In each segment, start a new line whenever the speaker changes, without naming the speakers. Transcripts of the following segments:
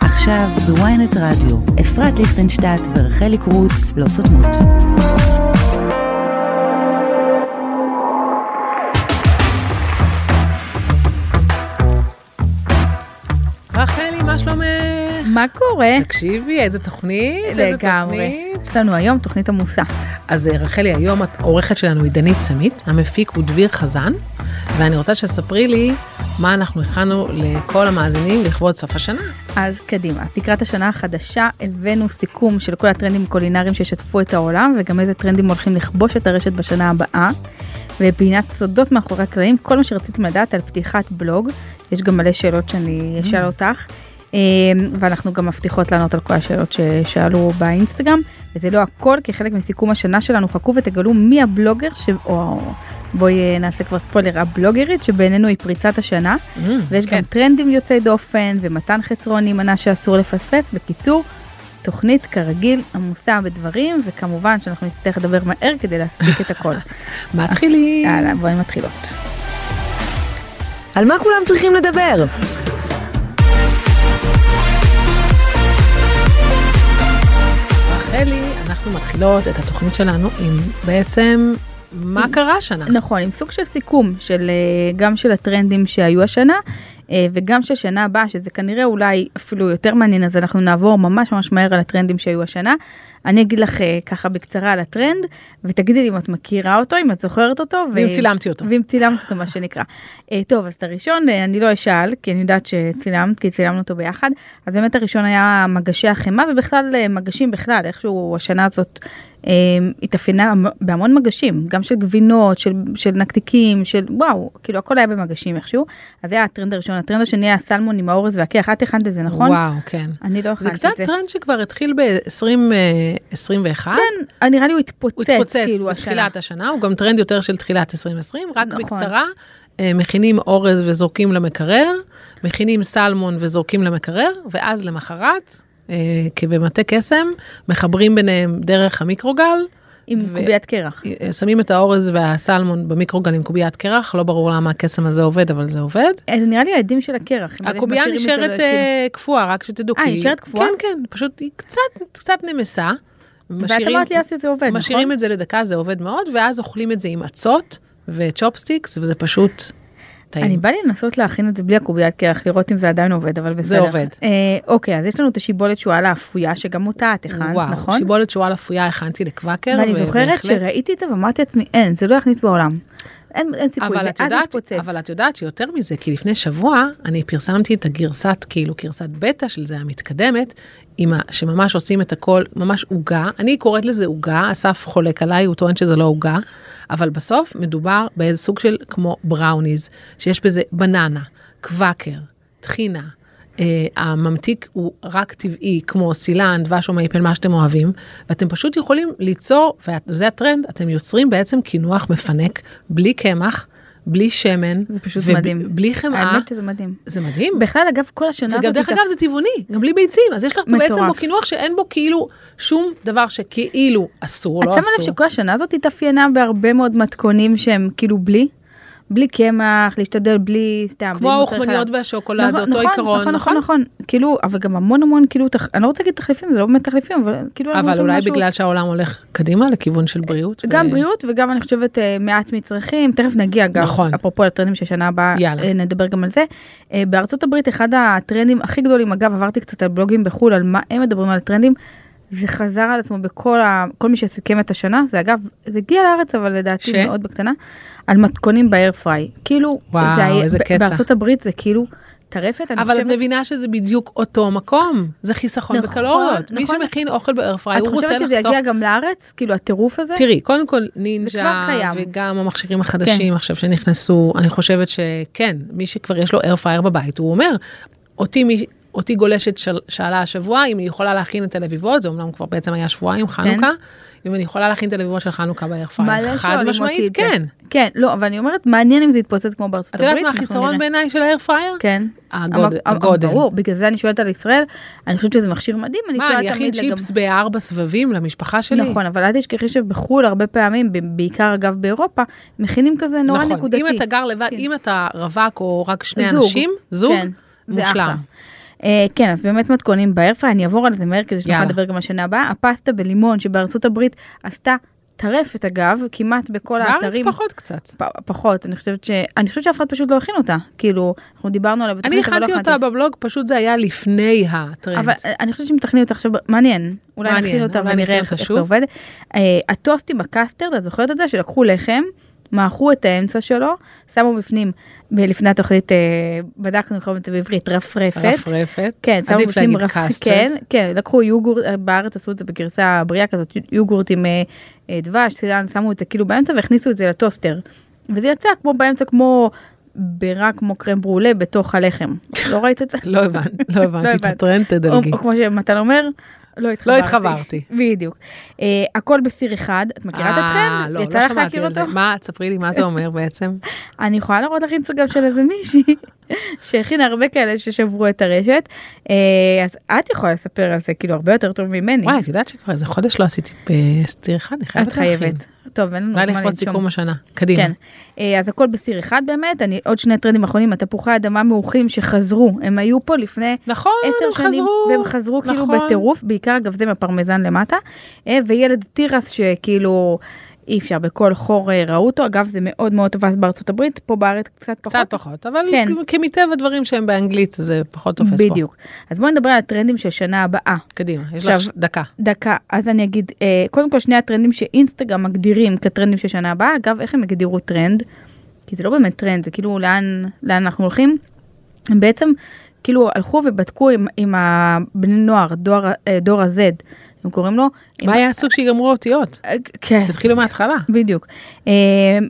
עכשיו בוויינט רדיו. אפרת ליכטנשטט ורחלי קרוט לא סותמות.
רחלי, מה שלומך?
מה קורה?
תקשיבי, איזה תוכנית, איזה
לגמרי.
תוכנית.
יש לנו היום תוכנית עמוסה.
אז אה, רחלי, היום את עורכת שלנו היא דנית סמית, המפיק הוא דביר חזן, ואני רוצה שתספרי לי מה אנחנו הכנו לכל המאזינים לכבוד סוף השנה.
אז קדימה, לקראת השנה החדשה הבאנו סיכום של כל הטרנדים הקולינריים ששטפו את העולם וגם איזה טרנדים הולכים לכבוש את הרשת בשנה הבאה. ופינת סודות מאחורי הקלעים, כל מה שרציתם לדעת על פתיחת בלוג, יש גם מלא שאלות שאני אשאל אותך. אה, ואנחנו גם מבטיחות לענות על כל השאלות ששאלו באינסטגרם, וזה לא הכל, כחלק מסיכום השנה שלנו חכו ותגלו מי הבלוגר, ש... או בואי אה, נעשה כבר ספוילר, הבלוגרית שבעינינו היא פריצת השנה, ויש
כן.
גם טרנדים יוצאי דופן ומתן חצרון יימנע שאסור לפספס. בקיצור, תוכנית כרגיל עמוסה בדברים, וכמובן שאנחנו נצטרך לדבר מהר כדי להספיק את הכל.
מתחילים.
יאללה, בואי מתחילות.
על מה כולם צריכים לדבר?
רחלי, אנחנו מתחילות את התוכנית שלנו עם בעצם מה קרה השנה.
נכון, עם סוג של סיכום, של אה, גם של הטרנדים שהיו השנה, אה, וגם של שנה הבאה, שזה כנראה אולי אפילו יותר מעניין, אז אנחנו נעבור ממש ממש מהר על הטרנדים שהיו השנה. אני אגיד לך אה, ככה בקצרה על הטרנד, ותגידי לי אם את מכירה אותו, אם את זוכרת אותו.
ואם
ו-
צילמתי אותו.
ואם צילמת אותו מה שנקרא. אה, טוב אז את הראשון אה, אני לא אשאל כי אני יודעת שצילמת כי צילמנו אותו ביחד אז באמת הראשון היה מגשי החמאה ובכלל אה, מגשים בכלל איכשהו השנה הזאת אה, התאפיינה המ- בהמון מגשים גם של גבינות של, של נקתיקים של וואו כאילו הכל היה במגשים איכשהו אז זה היה הטרנד הראשון הטרנד השני היה סלמון עם האורז והקרח את הכנת את זה נכון?
וואו, כן.
אני לא
זה
הכנתי את
קצת
זה.
טרנד שכבר התחיל אה, ב-2021.
כן, אה, נראה לי הוא התפוצץ,
הוא התפוצץ
כאילו השנה.
בתחילת השנה, הוא גם טרנד יותר של תחילת 2020, רק
נכון.
בקצרה, אה, מכינים אורז וזורקים למקרר, מכינים סלמון וזורקים למקרר, ואז למחרת, אה, כבמטה קסם, מחברים ביניהם דרך המיקרוגל,
עם
ו-
קוביית קרח.
אה, שמים את האורז והסלמון במיקרוגל עם קוביית קרח, לא ברור למה הקסם הזה עובד, אבל זה עובד.
אה, נראה לי העדים של הקרח. הם בטח
הקובייה
משאירים את זה,
נשארת
כאילו.
אה, קפואה, רק שתדעו.
אה, היא
כי-
נשארת קפואה?
כן, כן, פשוט היא קצת, קצת נמסה.
ואת
משאירים-
אמרת לי אז שזה עובד, נכון?
משאירים את זה לדקה, זה עובד מאוד, ואז אוכלים את זה עם עצות וצ'ופסטיקס, וזה פשוט טעים.
אני בא לי לנסות להכין את זה בלי הקוביית קרח, לראות אם זה עדיין עובד, אבל בסדר.
עובד.
אה, אוקיי, אז יש לנו את השיבולת שועלה האפויה, שגם אותה את הכנת,
וואו,
נכון?
שיבולת שועל אפויה הכנתי לקוואקר.
ואני זוכרת
ובהחלט-
שראיתי את זה ואמרתי לעצמי, אין, זה לא יכניס בעולם. אין אין סיכוי,
אבל
זה
את,
אז
יודעת,
יתפוצץ.
אבל את יודעת שיותר מזה, כי לפני שבוע אני פרסמתי את הגרסת, כאילו גרסת בטא של זה המתקדמת, עם ה, שממש עושים את הכל, ממש עוגה, אני קוראת לזה עוגה, אסף חולק עליי, הוא טוען שזה לא עוגה, אבל בסוף מדובר באיזה סוג של כמו בראוניז, שיש בזה בננה, קוואקר, טחינה. Uh, הממתיק הוא רק טבעי כמו סילן, דבש או מייפל, מה שאתם אוהבים, ואתם פשוט יכולים ליצור, וזה הטרנד, אתם יוצרים בעצם קינוח מפנק בלי קמח, בלי שמן,
זה פשוט
וב-
מדהים.
בלי חמאה,
האמת שזה מדהים.
זה מדהים.
בכלל, אגב, כל השנה
וגם דרך
הזאת
אגב זה טבעוני, גם בלי ביצים, אז יש לך פה
מטורף.
בעצם בו קינוח שאין בו כאילו שום דבר שכאילו אסור,
את
לא
שמה לב
אסור.
שכל השנה הזאת התאפיינה בהרבה מאוד מתכונים שהם כאילו בלי? בלי קמח, להשתדל בלי, סתם.
כמו
בלי מוצרי חלב.
האוכמניות והשוקולד, זה
נכון,
אותו
נכון,
עיקרון,
נכון, נכון, נכון, כאילו, אבל גם המון המון, כאילו, תח- אני לא רוצה להגיד תחליפים, זה לא באמת תחליפים, אבל כאילו, אנחנו
אבל
נותנים
אולי
משהו-
בגלל שהעולם הולך קדימה לכיוון של בריאות. אה,
גם
ו-
בריאות וגם אני חושבת אה, מעט מצרכים, תכף נגיע גם,
נכון.
אפרופו הטרנדים של שנה הבאה,
יאללה.
אה, נדבר גם על זה. אה, בארצות הברית אחד הטרנדים הכי גדולים, אגב, עברתי קצת על בלוגים בחו"ל, על מה הם מדברים על הטרנדים, זה חזר על עצמו בכל ה... כל מי שסיכם את השנה, זה אגב, זה הגיע לארץ, אבל לדעתי
ש?
מאוד בקטנה, על מתכונים באיירפריי. כאילו,
וואו,
זה היה-
איזה
ב-
קטע.
בארצות הברית זה כאילו טרפת, אני
אבל את
חושבת...
מבינה שזה בדיוק אותו מקום, זה חיסכון
נכון,
בקלוריות. מי
נכון.
שמכין אוכל באיירפריי,
את
הוא רוצה
חושבת שזה
לחסוך.
יגיע גם לארץ? כאילו הטירוף הזה?
תראי, קודם כל
זה
נינג'ה
כבר קיים. כן.
וגם המכשירים החדשים עכשיו שנכנסו, אני חושבת שכן, מי שכבר יש לו איירפרייר בבית, הוא אומר, אותי מי... אותי גולשת של- שאלה השבוע אם היא יכולה להכין את הלביבות, זה אומנם כבר בעצם היה
כן.
שבועיים, חנוכה, אם אני יכולה להכין את הלביבות של חנוכה באיירפרייר.
מלא
חד
שואלים אותי
משמעית,
לא את זה.
כן.
כן, לא, אבל אני אומרת, מעניין אם זה יתפוצץ כמו בארצות
את
הברית.
יודעת מה
אנחנו
החיסרון
נראה.
בעיניי של האיירפרייר?
כן.
הגודל.
המ- המ-
הגודל.
ברור, בגלל זה אני שואלת על ישראל, אני חושבת שזה מכשיר מדהים, אני
מה,
טועה
אני אכין
תמיד לגבי...
צ'יפס בארבע סבבים למשפחה שלי?
נכון, אבל אל תשכחי שבחו"ל הרבה פעמים, ב- בעיקר אגב באירופה, מכינים כזה נורא
נכון,
נקודתי.
אם אתה גר לבד,
כן.
אם אתה רווק או רק שני
זוג.
אנשים, זוג,
כן, זה
מושלם.
אחלה. אה, כן, אז באמת מתכונים באיירפרייר, אני אעבור על זה מהר כדי שנוכל
יאללה.
לדבר גם על השנה הבאה. הפסטה בלימון שבארצות הברית עשתה טרפת אגב, כמעט בכל
בארץ
האתרים.
פחות קצת.
פ- פחות, אני חושבת ש... אני חושבת שאף אחד פשוט לא הכין אותה. כאילו, אנחנו דיברנו עליה
אני
אבל לא
הכנתי אותה בבלוג, פשוט זה היה לפני הטרנד.
אבל אה, אני חושבת שמתכננים אותה עכשיו, מעניין, אולי
מעניין,
נכין אותה
אולי
ונראה
נכין
איך
אותה
איך זה
שוב.
עובד. אה, הטוסטים בקסטרד, את זוכרת את זה? שלקחו לחם, מעכו את האמצע שלו, שמו בפנים, ב- לפני התוכנית אה, בדקנו איך אומרים את זה בעברית, רפרפת.
רפרפת.
כן, שמו
עדיף
בפנים
להגיד
רפ...
קסטרד.
כן, כן, לקחו יוגורט, אה, בארץ עשו את זה בגרסה בריאה כזאת, יוגורט עם אה, אה, דבש, סילן, שמו את זה כאילו באמצע והכניסו את זה לטוסטר. וזה יצא כמו באמצע, כמו בירה, כמו קרם ברולה בתוך הלחם. לא ראית את זה?
לא הבנתי, לא הבנתי את
הבנת.
הטרנד,
או,
תדלגי.
או כמו שמתן אומר, לא התחברתי.
לא התחברתי.
בדיוק. אה, הכל בסיר אחד, את מכירה את
אה,
הטרנד?
לא,
יצא
לא
לך
שמעתי
להכיר
על זה.
אותו?
מה, תספרי לי מה זה אומר בעצם.
אני יכולה להראות לך אינסטגרם של איזה מישהי שהכינה הרבה כאלה ששברו את הרשת. אה, אז את יכולה לספר על זה כאילו הרבה יותר טוב ממני.
וואי, את יודעת שכבר איזה חודש לא עשיתי בסטיר אחד, אני חייבת
את חייבת. טוב, אין לנו
אולי
זמן
לכבוד סיכום השנה. קדימה.
כן. אה, אז הכל בסיר אחד באמת, אני עוד שני טרנדים אחרונים, התפוחי אדמה מעוכים שחזרו, הם היו פה לפני
נכון,
עשר
הם
שנים,
חזרו.
והם חזרו כאילו
נכון.
בטירוף, בעיקר אגב זה מהפרמזן למטה, אה, וילד תירס שכאילו אי אפשר בכל חור אה, ראו אותו, אגב זה מאוד מאוד תופס בארצות הברית, פה בארץ קצת פחות.
קצת פחות, אבל
כן.
כ- כמטבע דברים שהם באנגלית זה פחות תופס פה.
בדיוק. אז בואו נדבר על הטרנדים של שנה הבאה.
קדימה, יש
עכשיו-
לך ש- דקה.
דקה, אז אני אגיד, אה, קודם כל שני הטרנדים שאינסטגרם מגדירים כטרנדים של שנה הבאה, אגב, איך הם הגדירו טרנד? כי זה לא באמת טרנד, זה כאילו לאן, לאן אנחנו הולכים. הם בעצם כאילו הלכו ובדקו עם, עם הבני נוער, דור, אה, דור ה-Z, הם קוראים לו. עם-
מה יעשו כשיגמרו אותיות?
אה, כן.
תתחילו מההתחלה.
בדיוק. אה,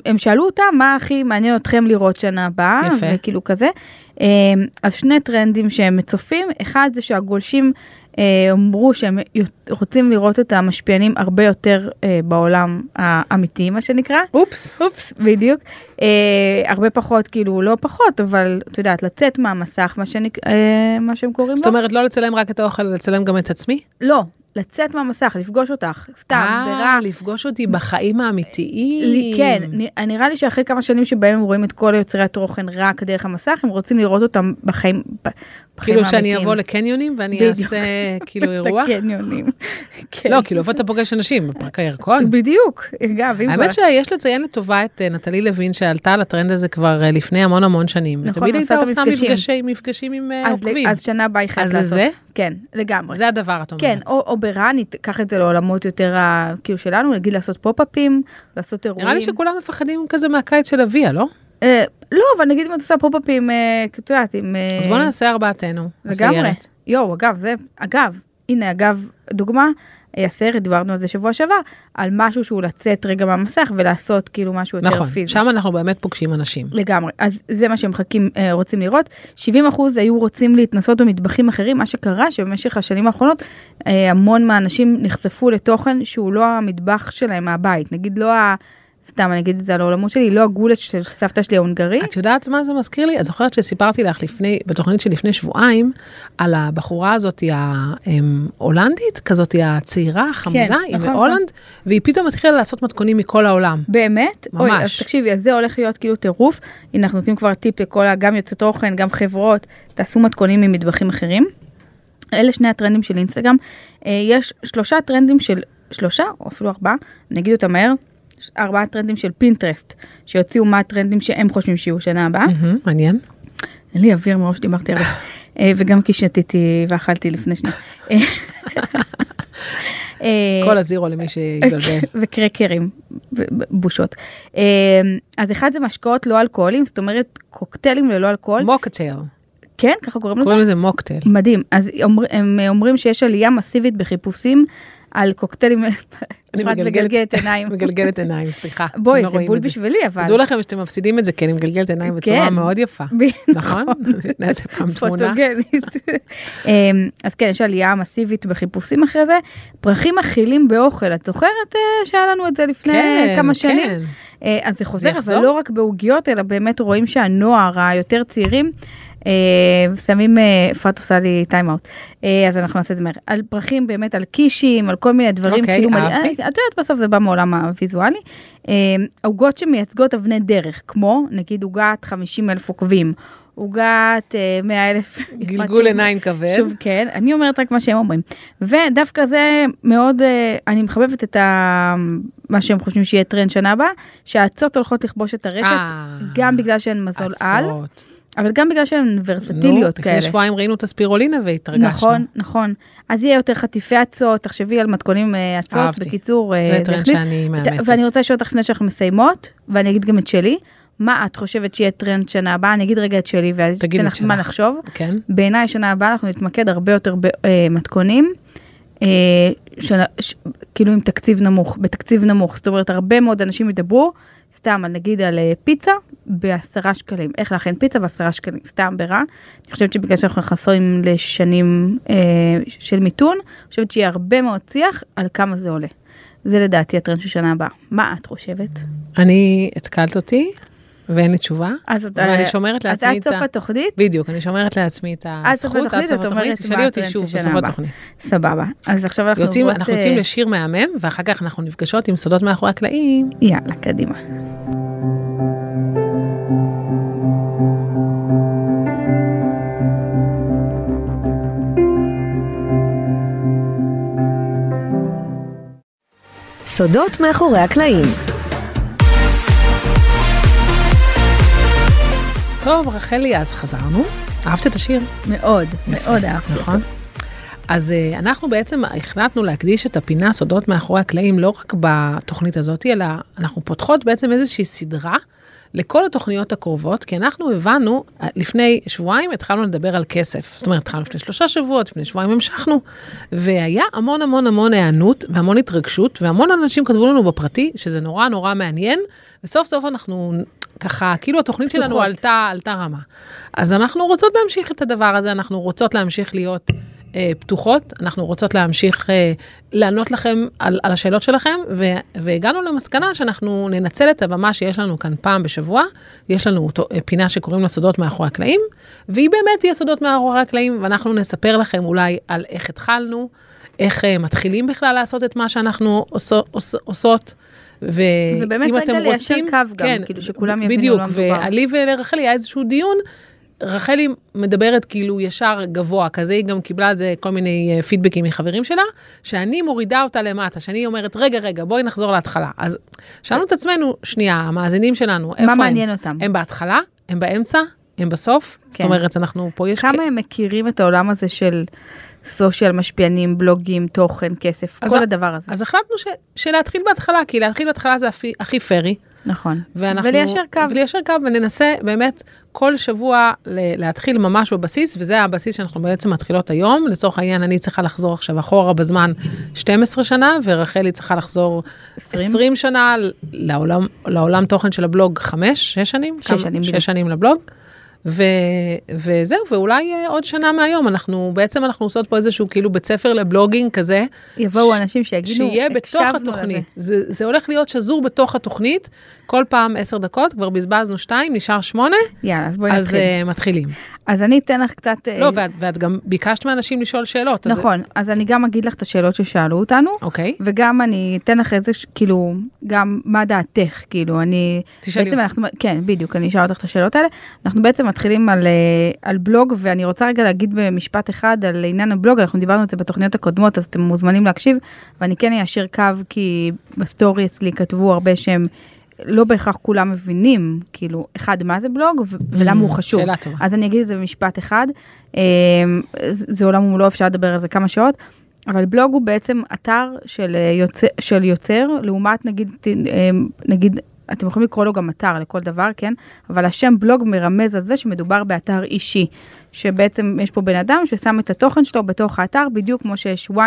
הם שאלו אותם מה הכי מעניין אתכם לראות שנה הבאה,
יפה.
וכאילו כזה. אה, אז שני טרנדים שהם צופים, אחד זה שהגולשים אה, אמרו שהם יות- רוצים לראות את המשפיענים הרבה יותר אה, בעולם האמיתי, מה שנקרא.
אופס.
אופס, בדיוק. אה, הרבה פחות, כאילו, לא פחות, אבל את יודעת, לצאת מהמסך, מה, שנק... אה, מה שהם קוראים
זאת
לו.
אומרת, לא לצלם רק את האוכל, אלא לצלם גם את עצמי?
לא, לצאת מהמסך, לפגוש אותך, סתם, ברע.
אה, לפגוש אותי בחיים
לי-
האמיתיים.
כן, נ- נראה לי שאחרי כמה שנים שבהם הם רואים את כל יוצרי התוכן רק דרך המסך, הם רוצים לראות אותם בחיים, ב- בחיים
כאילו שאני
האמיתיים.
אבוא לקניונים ואני
בדיוק.
אעשה כאילו אירוע.
לקניונים. כן.
לא, כאילו איפה אתה פוגש אנשים? בפארק הירקון?
בדיוק, לא. אגב, אם
האמת
כבר-
שיש לציין לטובה את אה, נטלי לוין שעלתה על הטרנד הזה כבר אה, לפני המון המון שנים.
נכון,
ותמיד
עושה
הייתה
את
עושה
המפגשים.
מפגשי- מפגשים עם אה,
אז ל-
עוקבים.
אז שנה הבאה היא חייבת
אז זה
לעשות.
זה?
כן, לגמרי.
זה הדבר, את אומרת.
כן, או, או ברן, נת- קח את זה לעולמות יותר, ה- כאילו שלנו, נגיד לעשות פופ-אפים, לעשות אירועים.
נראה לי שכולם מפחדים כזה מהקיץ של אביה, לא?
אה, לא, אבל נגיד אם את עושה פופ-אפים, אה, את יודעת, עם... אה,
אז בוא נעשה ארבעתנו.
לגמרי.
הסיירת.
יואו, אגב, זה, אגב, הנה, אגב, דוגמה, אה, הסרט, דיברנו על זה שבוע שעבר, על משהו שהוא לצאת רגע מהמסך ולעשות כאילו משהו יותר
נכון,
פיזי.
שם אנחנו באמת פוגשים אנשים.
לגמרי, אז זה מה שהם מחכים, אה, רוצים לראות. 70% היו רוצים להתנסות במטבחים אחרים, מה שקרה שבמשך השנים האחרונות אה, המון מהאנשים נחשפו לתוכן שהוא לא המטבח שלהם מהבית, נגיד לא ה... סתם אני אגיד את זה על העולמות שלי, לא הגולש של סבתא שלי ההונגרית.
את יודעת מה זה מזכיר לי? את זוכרת שסיפרתי לך לפני, בתוכנית שלפני שבועיים, על הבחורה הזאת ההולנדית, כזאת הצעירה,
כן,
החמודה, היא
נכון,
מהולנד, והיא פתאום התחילה לעשות מתכונים מכל העולם.
באמת?
ממש.
אוי, אז תקשיבי, אז זה הולך להיות כאילו טירוף. הנה, אנחנו נותנים כבר טיפ לכל, ה- גם יוצאי תוכן, גם חברות, תעשו מתכונים ממטבחים אחרים. אלה שני הטרנדים של אינסטגרם. אה, יש שלושה טרנדים של, שלושה או אפילו ארבעה, אני אגיד אותם מהר, ש- ארבעה טרנדים של פינטרסט, שיוציאו מה הטרנדים שהם חושבים שיהיו שנה הבאה.
מהמם, מעניין.
אין לי אוויר מראש, דיברתי הרבה. אה, וגם כי שתיתי ואכלתי לפני שנייה. אה, אה,
כל הזירו למי שיתגלגל.
אוקיי, וקרקרים ובושות. אמ, אז אחד זה משקאות לא אלכוהולים, זאת אומרת קוקטיילים ללא אלכוהול.
מוקטייל,
כן, ככה קוראים לזה?
קוראים לזה מוקטייל.
מדהים. אז אומר, הם אומרים שיש עלייה מסיבית בחיפושים על קוקטיילים.
אני
אפרת
מגלגלת-
מגלגלת עיניים.
מגלגלת עיניים, סליחה.
בואי,
אתם לא
זה
רואים
בול
את
בשבילי, אבל.
תדעו לכם שאתם מפסידים את זה, כי אני מגלגלת עיניים בצורה
כן.
מאוד יפה.
ב-
נכון? נעשה פעם תמונה.
פוטוגנית. אמ, אז כן, יש עלייה מסיבית בחיפושים אחרי זה. פרחים אכילים באוכל, את זוכרת אה, שהיה לנו את זה לפני
כן,
כמה
כן.
שנים? אה, אז זה חוזר,
זה
אבל
יחזור?
לא רק בעוגיות, אלא באמת רואים שהנוער היותר צעירים, אה, שמים, אה, אפרת עושה לי טיים אאוט, אה, אז אנחנו נעשה את זה מהר. על פרחים באמת, על קישים, על כל מיני דברים,
אוקיי,
מד-
אהבתי.
אה, את יודעת, בסוף זה בא מעולם הוויזואלי. אה, עוגות שמייצגות אבני דרך, כמו נגיד עוגת 50 אלף עוקבים. עוגת אה, 100 אלף.
גלגול עיניים כבד.
שוב כן, אני אומרת רק מה שהם אומרים. ודווקא זה מאוד, אה, אני מחבבת את ה... מה שהם חושבים שיהיה טרנד שנה הבאה, שהאצות הולכות לכבוש את הרשת,
אה,
גם בגלל שהן מזול על,
עצות.
אבל גם בגלל שהן
נו,
ורסטיליות
לפני
כאלה.
שבועיים ראינו את הספירולינה והתרגשנו.
נכון, נכון. אז יהיה יותר חטיפי אצות, תחשבי על מתכונים אה, אצות,
אהבתי.
בקיצור, אה,
זה טרנד
החליף.
שאני מאמצת.
ואני רוצה לשאול אותך לפני שאנחנו מסיימות, ואני אגיד גם את שלי, מה את חושבת שיהיה טרנד שנה הבאה? אני אגיד רגע את שלי ואז
תגידי
אתן
את
לך מה
שלך.
לחשוב.
כן?
בעיניי שנה הבאה אנחנו נתמקד הרבה יותר במתכונים, אה, של- ש- כאילו עם תקציב נמוך, בתקציב נמוך, זאת אומרת הרבה מאוד אנשים ידברו, סתם על- נגיד על אה, פיצה בעשרה שקלים, איך להכין פיצה בעשרה שקלים, סתם ברע. אני חושבת שבגלל שאנחנו נכנסים לשנים אה, של מיתון, אני חושבת שיהיה הרבה מאוד שיח על כמה זה עולה. זה לדעתי הטרנד של שנה הבאה. מה את חושבת?
אני, התקלת אותי, ואין לי תשובה.
אז את-
ואני
אה,
שומרת
את
לעצמי
עד
את ה...
סוף התוכנית?
בדיוק, אני שומרת לעצמי את הזכות,
עד סוף התוכנית, את אומרת מה
תשאלי אותי
הטרנד
שוב
של שנה
בסוף
הבאה.
התוכנית.
סבבה. אז עכשיו אנחנו
יוצאים,
עוברות,
אנחנו יוצאים
אה,
לשיר מהמם, ואחר כך אנחנו נפגשות עם סודות מאחורי הקלעים.
יאללה, קדימה.
סודות מאחורי הקלעים.
טוב, רחלי, אז חזרנו. אהבת את השיר?
מאוד, מאוד אהבתי.
נכון. אז אה, אנחנו בעצם החלטנו להקדיש את הפינה סודות מאחורי הקלעים לא רק בתוכנית הזאת, אלא אנחנו פותחות בעצם איזושהי סדרה לכל התוכניות הקרובות, כי אנחנו הבנו, אה, לפני שבועיים התחלנו לדבר על כסף. זאת אומרת, התחלנו לפני שלושה שבועות, לפני שבועיים המשכנו, והיה המון המון המון היענות והמון התרגשות, והמון אנשים כתבו לנו בפרטי שזה נורא נורא מעניין, וסוף סוף אנחנו ככה, כאילו התוכנית שלנו
פתוחות.
עלתה, עלתה רמה. אז אנחנו רוצות להמשיך את הדבר הזה, אנחנו רוצות להמשיך להיות אה, פתוחות, אנחנו רוצות להמשיך אה, לענות לכם על, על השאלות שלכם, ו, והגענו למסקנה שאנחנו ננצל את הבמה שיש לנו כאן פעם בשבוע, יש לנו אותו, אה, פינה שקוראים לה סודות מאחורי הקלעים, והיא באמת תהיה סודות מאחורי הקלעים, ואנחנו נספר לכם אולי על איך התחלנו, איך אה, מתחילים בכלל לעשות את מה שאנחנו עושו, עוש, עושות. ו-
ובאמת
אם
רגע
אתם
ליישר
רוצים- כן,
קו גם, כאילו שכולם יבינו
בדיוק,
על מה מדובר.
ולי ולרחלי היה איזשהו דיון, רחלי מדברת כאילו ישר גבוה, כזה היא גם קיבלה על זה כל מיני אה, פידבקים מחברים שלה, שאני מורידה אותה למטה, שאני אומרת, רגע, רגע, בואי נחזור להתחלה. אז שאלנו את עצמנו, שנייה, המאזינים שלנו, איפה
מה
הם?
מעניין אותם?
נכון. הם בהתחלה, הם באמצע, הם בסוף, זאת
כן.
אומרת, אנחנו פה יש...
כמה הם מכירים את העולם הזה של סושיאל, משפיענים, בלוגים, תוכן, כסף,
אז
כל
ה-
הדבר הזה.
אז החלטנו ש... שלהתחיל בהתחלה, כי להתחיל בהתחלה זה הפי- הכי פרי,
נכון.
ואנחנו...
וליישר קו.
וליישר קו, וננסה באמת כל שבוע ל- להתחיל ממש בבסיס, וזה הבסיס שאנחנו בעצם מתחילות היום. לצורך העניין, אני צריכה לחזור עכשיו אחורה בזמן 12 שנה, ורחלי צריכה לחזור
20?
20 שנה לעולם, לעולם תוכן של הבלוג 5, 6 שנים?
שש
כמה-
שנים,
שש
בדיוק.
שנים לבלוג. ו, וזהו, ואולי אה, עוד שנה מהיום, אנחנו בעצם אנחנו עושות פה איזשהו כאילו בית ספר לבלוגינג כזה,
יבואו
ש-
אנשים שיגידו,
שיהיה בתוך
"הקשבנו
התוכנית.
לזה".
זה, זה הולך להיות שזור בתוך התוכנית, כל פעם עשר דקות, כבר בזבזנו שתיים, נשאר שמונה,
יאללה, אז בואי
אז
נתחיל.
uh, מתחילים.
אז אני אתן לך קצת... אה,
לא, ואת, ואת גם ביקשת מאנשים לשאול שאלות. אז-
נכון, אז אני גם אגיד לך את השאלות ששאלו אותנו,
אוקיי,
וגם אני אתן לך איזה, ש- כאילו, גם מה דעתך, כאילו, אני...
תשאלי
בעצם
אותי.
אנחנו, כן, בדיוק, אני אשאל אותך את השאלות האלה. אנחנו בעצם מתחילים על, אה, על בלוג, ואני רוצה רגע להגיד במשפט אחד על עניין הבלוג, אנחנו דיברנו על זה בתוכניות הקודמות, אז אתם מוזמנים להקשיב, ואני כן איישר קו, כי בסטורי אצלי כתבו הרבה שהם לא בהכרח כולם מבינים, כאילו, אחד, מה זה בלוג, ו- ולמה הוא חשוב.
Mm, שאלה טובה.
אז אני אגיד את זה במשפט אחד, אה, זה זה עולם ומלואו, אפשר לדבר על זה כמה שעות. אבל בלוג הוא בעצם אתר של אה, יוצר, של יוצר לעומת נגיד, ת- אה, נגיד, אתם יכולים לקרוא לו גם אתר לכל דבר, כן? אבל השם בלוג מרמז על זה שמדובר באתר אישי, שבעצם יש פה בן אדם ששם את התוכן שלו בתוך האתר, בדיוק כמו שיש ynet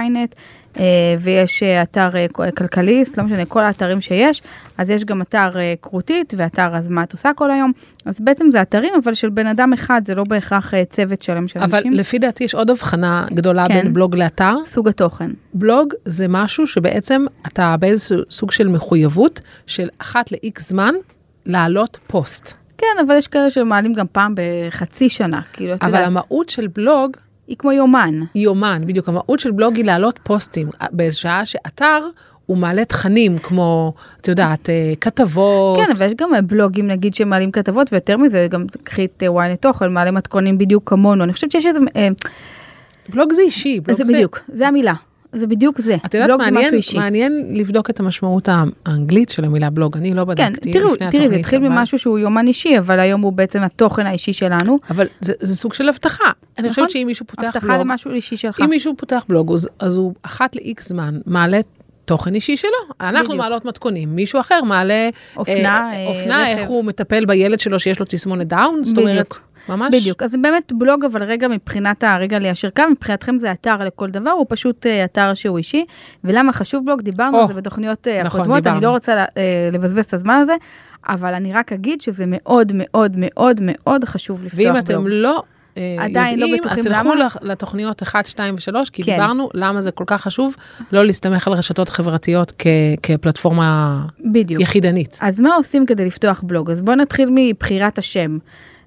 אה, ויש אה, אתר אה, כ- כלכליסט, לא משנה, כל האתרים שיש, אז יש גם אתר אה, כרותית ואתר אז מה את עושה כל היום, אז בעצם זה אתרים אבל של בן אדם אחד, זה לא בהכרח אה, צוות שלם של
אבל
אנשים,
לפי דעתי יש עוד הבחנה גדולה
כן.
בין בלוג לאתר.
סוג התוכן.
בלוג זה משהו שבעצם אתה באיזשהו סוג של מחויבות של אחת לאיקס זמן להעלות פוסט.
כן, אבל יש כאלה שמעלים גם פעם בחצי שנה, כאילו, את
אבל
יודעת,
המהות של בלוג
היא כמו יומן.
יומן, בדיוק, המהות של בלוג היא להעלות פוסטים, בשעה שאתר הוא מעלה תכנים כמו, את יודעת, אה, כתבות.
כן, אבל יש גם בלוגים נגיד שמעלים כתבות, ויותר מזה, גם קחי את אה, ynet אוכל, מעלה מתכונים בדיוק כמונו, אני חושבת שיש איזה, אה,
בלוג זה אישי. בלוג
זה בדיוק, זה המילה, זה בדיוק זה,
את יודעת,
בלוג זה
מעניין,
משהו אישי.
מעניין לבדוק את המשמעות האנגלית של המילה בלוג, אני לא
כן,
בדקתי
תראו,
לפני
תראי, זה
התוכנית,
התחיל
אבל-
ממשהו שהוא יומן אישי, אבל היום הוא בעצם התוכן האישי שלנו.
אבל זה, זה סוג של הבטחה. אני חושבת שאם מישהו פותח
נכון? הבטחה
בלוג,
למשהו אישי שלך.
אם מישהו פותח בלוג, אז, אז הוא אחת לאיקס זמן מעלה תוכן אישי שלו. אנחנו
בדיוק.
מעלות מתכונים, מישהו אחר מעלה
אופנה, אה,
אופנה
רכב.
איך הוא מטפל בילד שלו שיש לו תסמונת דאון, זאת אומרת,
בדיוק.
ממש.
בדיוק, אז באמת בלוג, אבל רגע מבחינת הרגע ליישר קו, מבחינתכם זה אתר לכל דבר, הוא פשוט אה, אתר שהוא אישי. ולמה חשוב בלוג, דיברנו
או,
על זה בתוכניות אה,
נכון,
הקודמות, אני לא
דיברנו.
רוצה אה, לבזבז את הזמן הזה, אבל אני רק אגיד שזה מאוד מאוד מאוד מאוד חשוב לפתוח
ואם
בלוג.
אתם לא... אה,
עדיין לא
יודעים,
בטוחים
אז תלכו
למה?
לח- לתוכניות 1, 2 ו-3, כי
כן.
דיברנו למה זה כל כך חשוב לא להסתמך על רשתות חברתיות כ- כפלטפורמה
בדיוק.
יחידנית.
אז מה עושים כדי לפתוח בלוג? אז בואו נתחיל מבחירת השם.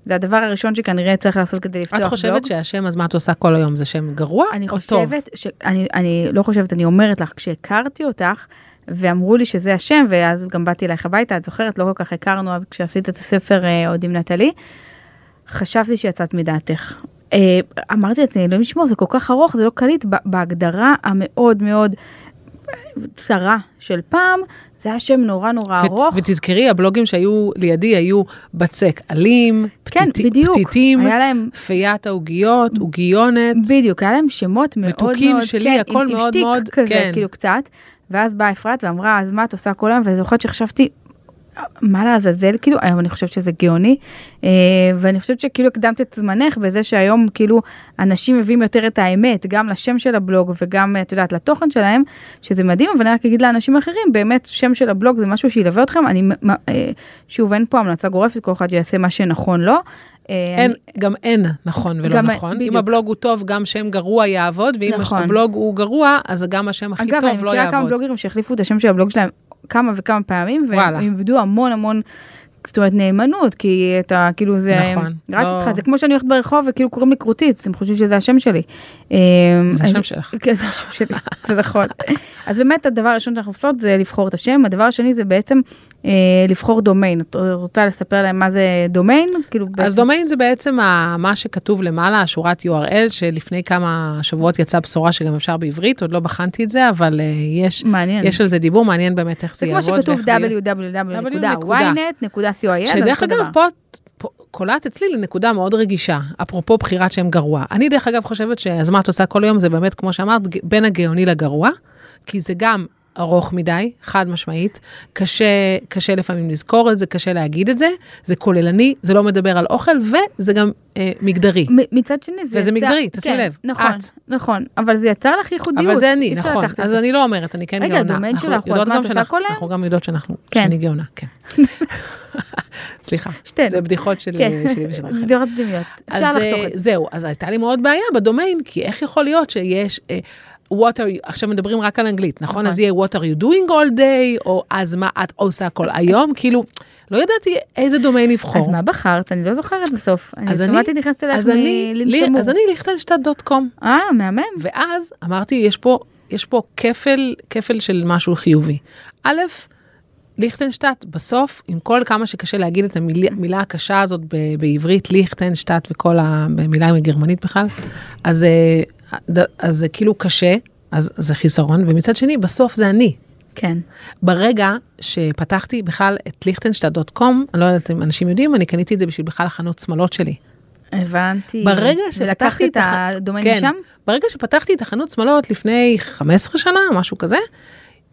זה הדבר הראשון שכנראה צריך לעשות כדי לפתוח
את
בלוג.
חושבת שהשם, אז מה את עושה כל היום, זה שם גרוע
אני
או טוב?
חושבת, ש... אני, אני לא חושבת, אני אומרת לך, כשהכרתי אותך, ואמרו לי שזה השם, ואז גם באתי אלייך הביתה, את זוכרת, לא כל כך הכרנו אז כשעשית את הספר אה, עוד עם נטלי, חשבתי שיצאת מדעתך. אה, אמרתי לעצמי, אלוהים ישמור, זה כל כך ארוך, זה לא קליט, ב- בהגדרה המאוד מאוד אה, צרה של פעם, זה היה שם נורא נורא
ות-
ארוך.
ותזכרי, הבלוגים שהיו לידי היו בצק עלים,
כן,
פתיתי-
בדיוק.
פתיתים,
היה להם
פיית העוגיות, עוגיונת.
בדיוק, היה להם שמות מאוד מאוד,
מתוקים שלי,
כן,
הכל
עם, עם
מאוד
שטיק
מאוד-
כזה,
כן.
כאילו קצת, ואז באה אפרת ואמרה, אז מה את עושה כל היום, ואני זוכרת שחשבתי, מה לעזאזל, כאילו, היום אני חושבת שזה גאוני, אה, ואני חושבת שכאילו הקדמת את זמנך בזה שהיום כאילו אנשים מביאים יותר את האמת, גם לשם של הבלוג וגם, אה, את יודעת, לתוכן שלהם, שזה מדהים, אבל אני רק אגיד לאנשים אחרים, באמת שם של הבלוג זה משהו שילווה אתכם, אני, מ- מ- אה, שוב, אין פה המלצה גורפת, כל אחד שיעשה מה שנכון לו. אה,
אין,
אני-
גם אין נכון ולא
גם-
נכון.
בדיוק.
אם הבלוג הוא טוב, גם שם גרוע יעבוד, ואם
נכון.
הבלוג הוא גרוע, אז גם השם הכי
אגב, אני
טוב לא
מכירה כמה
יעבוד.
בלוגרים שהחליפו את השם של הבלוג שלהם כמה וכמה פעמים, והם
וואלה.
איבדו המון המון, זאת אומרת נאמנות, כי אתה כאילו זה,
נכון,
רץ
לא-
איתך, זה כמו שאני הולכת ברחוב וכאילו קוראים לי כרותית, אז הם חושבים שזה השם שלי. אה,
זה
אני-
השם שלך.
כן, זה השם שלי, זה נכון. אז באמת הדבר הראשון שאנחנו עושות זה לבחור את השם, הדבר השני זה בעצם אה, לבחור דומיין. את רוצה לספר להם מה זה דומיין? כאילו,
אז
בעצם-
דומיין זה בעצם ה- מה שכתוב למעלה, השורת URL, שלפני כמה שבועות יצאה בשורה שגם אפשר בעברית, עוד לא בחנתי את זה, אבל אה, יש,
מעניין.
יש על זה דיבור, מעניין באמת איך
זה
זה
כמו
יעבוד.
שכתוב
ואיך זה יהיה.
www.ynet.co.il.
שדרך אגב, פה את פה קולעת אצלי לנקודה מאוד רגישה, אפרופו בחירת שם גרוע. אני דרך אגב חושבת ש"אז מה את עושה כל היום" זה באמת, כמו שאמרת, ג- בין הגאוני לגרוע, כי זה גם ארוך מדי, חד משמעית, קשה, קשה לפעמים לזכור את זה, קשה להגיד את זה, זה כוללני, זה לא מדבר על אוכל, וזה גם אה, מגדרי.
מ- מצד שני זה
וזה
יצר-
מגדרי, תשימי לב,
נכון,
את.
נכון, אבל זה יצר לך ייחודיות.
אבל זה אני,
אי אפשר
נכון,
לקחת את
אז
זה.
אני לא אומרת, אני כן
רגע,
גאונה.
הדומיין
אנחנו
שלך הוא,
יודעות
"אז מה
גם
את עושה
שאנחנו-
כל היום?"
אנחנו גם יודעות שאנחנו,
כן.
שאני גאונה, כן. סליחה,
שתינו.
זה בדיחות של- אה,
כן,
שלי ושלכם.
דעות דמיות, אפשר
אז אה,
לחתוך את זה.
זהו, אז הייתה לי מאוד בעיה בדומיין, כי איך יכול להיות שיש... אה, what are you, עכשיו מדברים רק על אנגלית, נכון?
נכון.
אז יהיה what are you doing all day, או אז מה את עושה כל היום, כאילו, לא ידעתי איזה דומיין לבחור.
אז מה בחרת? אני לא זוכרת בסוף. אני
אז אני-
אוטומטית נכנסת אלייך
אז אני, לי-
מלנשמור.
אז אני ליכטנשטט דוט קום,
אה, מהמם.
ואז אמרתי, יש פה, יש פה כפל, כפל של משהו חיובי. א', ליכטנשטט בסוף, עם כל כמה שקשה להגיד את המילה המילה הקשה הזאת ב- בעברית, ליכטנשטט וכל המילה מגרמנית בכלל, אז, אה, ד- אז זה כאילו קשה, אז זה חיסרון, ומצד שני, בסוף זה אני.
כן.
ברגע שפתחתי בכלל את ליכטנשטט.קום, אני לא יודעת אם אנשים יודעים, אני קניתי את זה בשביל בכלל לחנות שמלות שלי.
הבנתי.
ברגע
ולקחת
שפתחתי
את
הח-
הדומיין
כן,
משם?
ברגע שפתחתי את החנות שמאלות לפני 15 שנה, משהו כזה,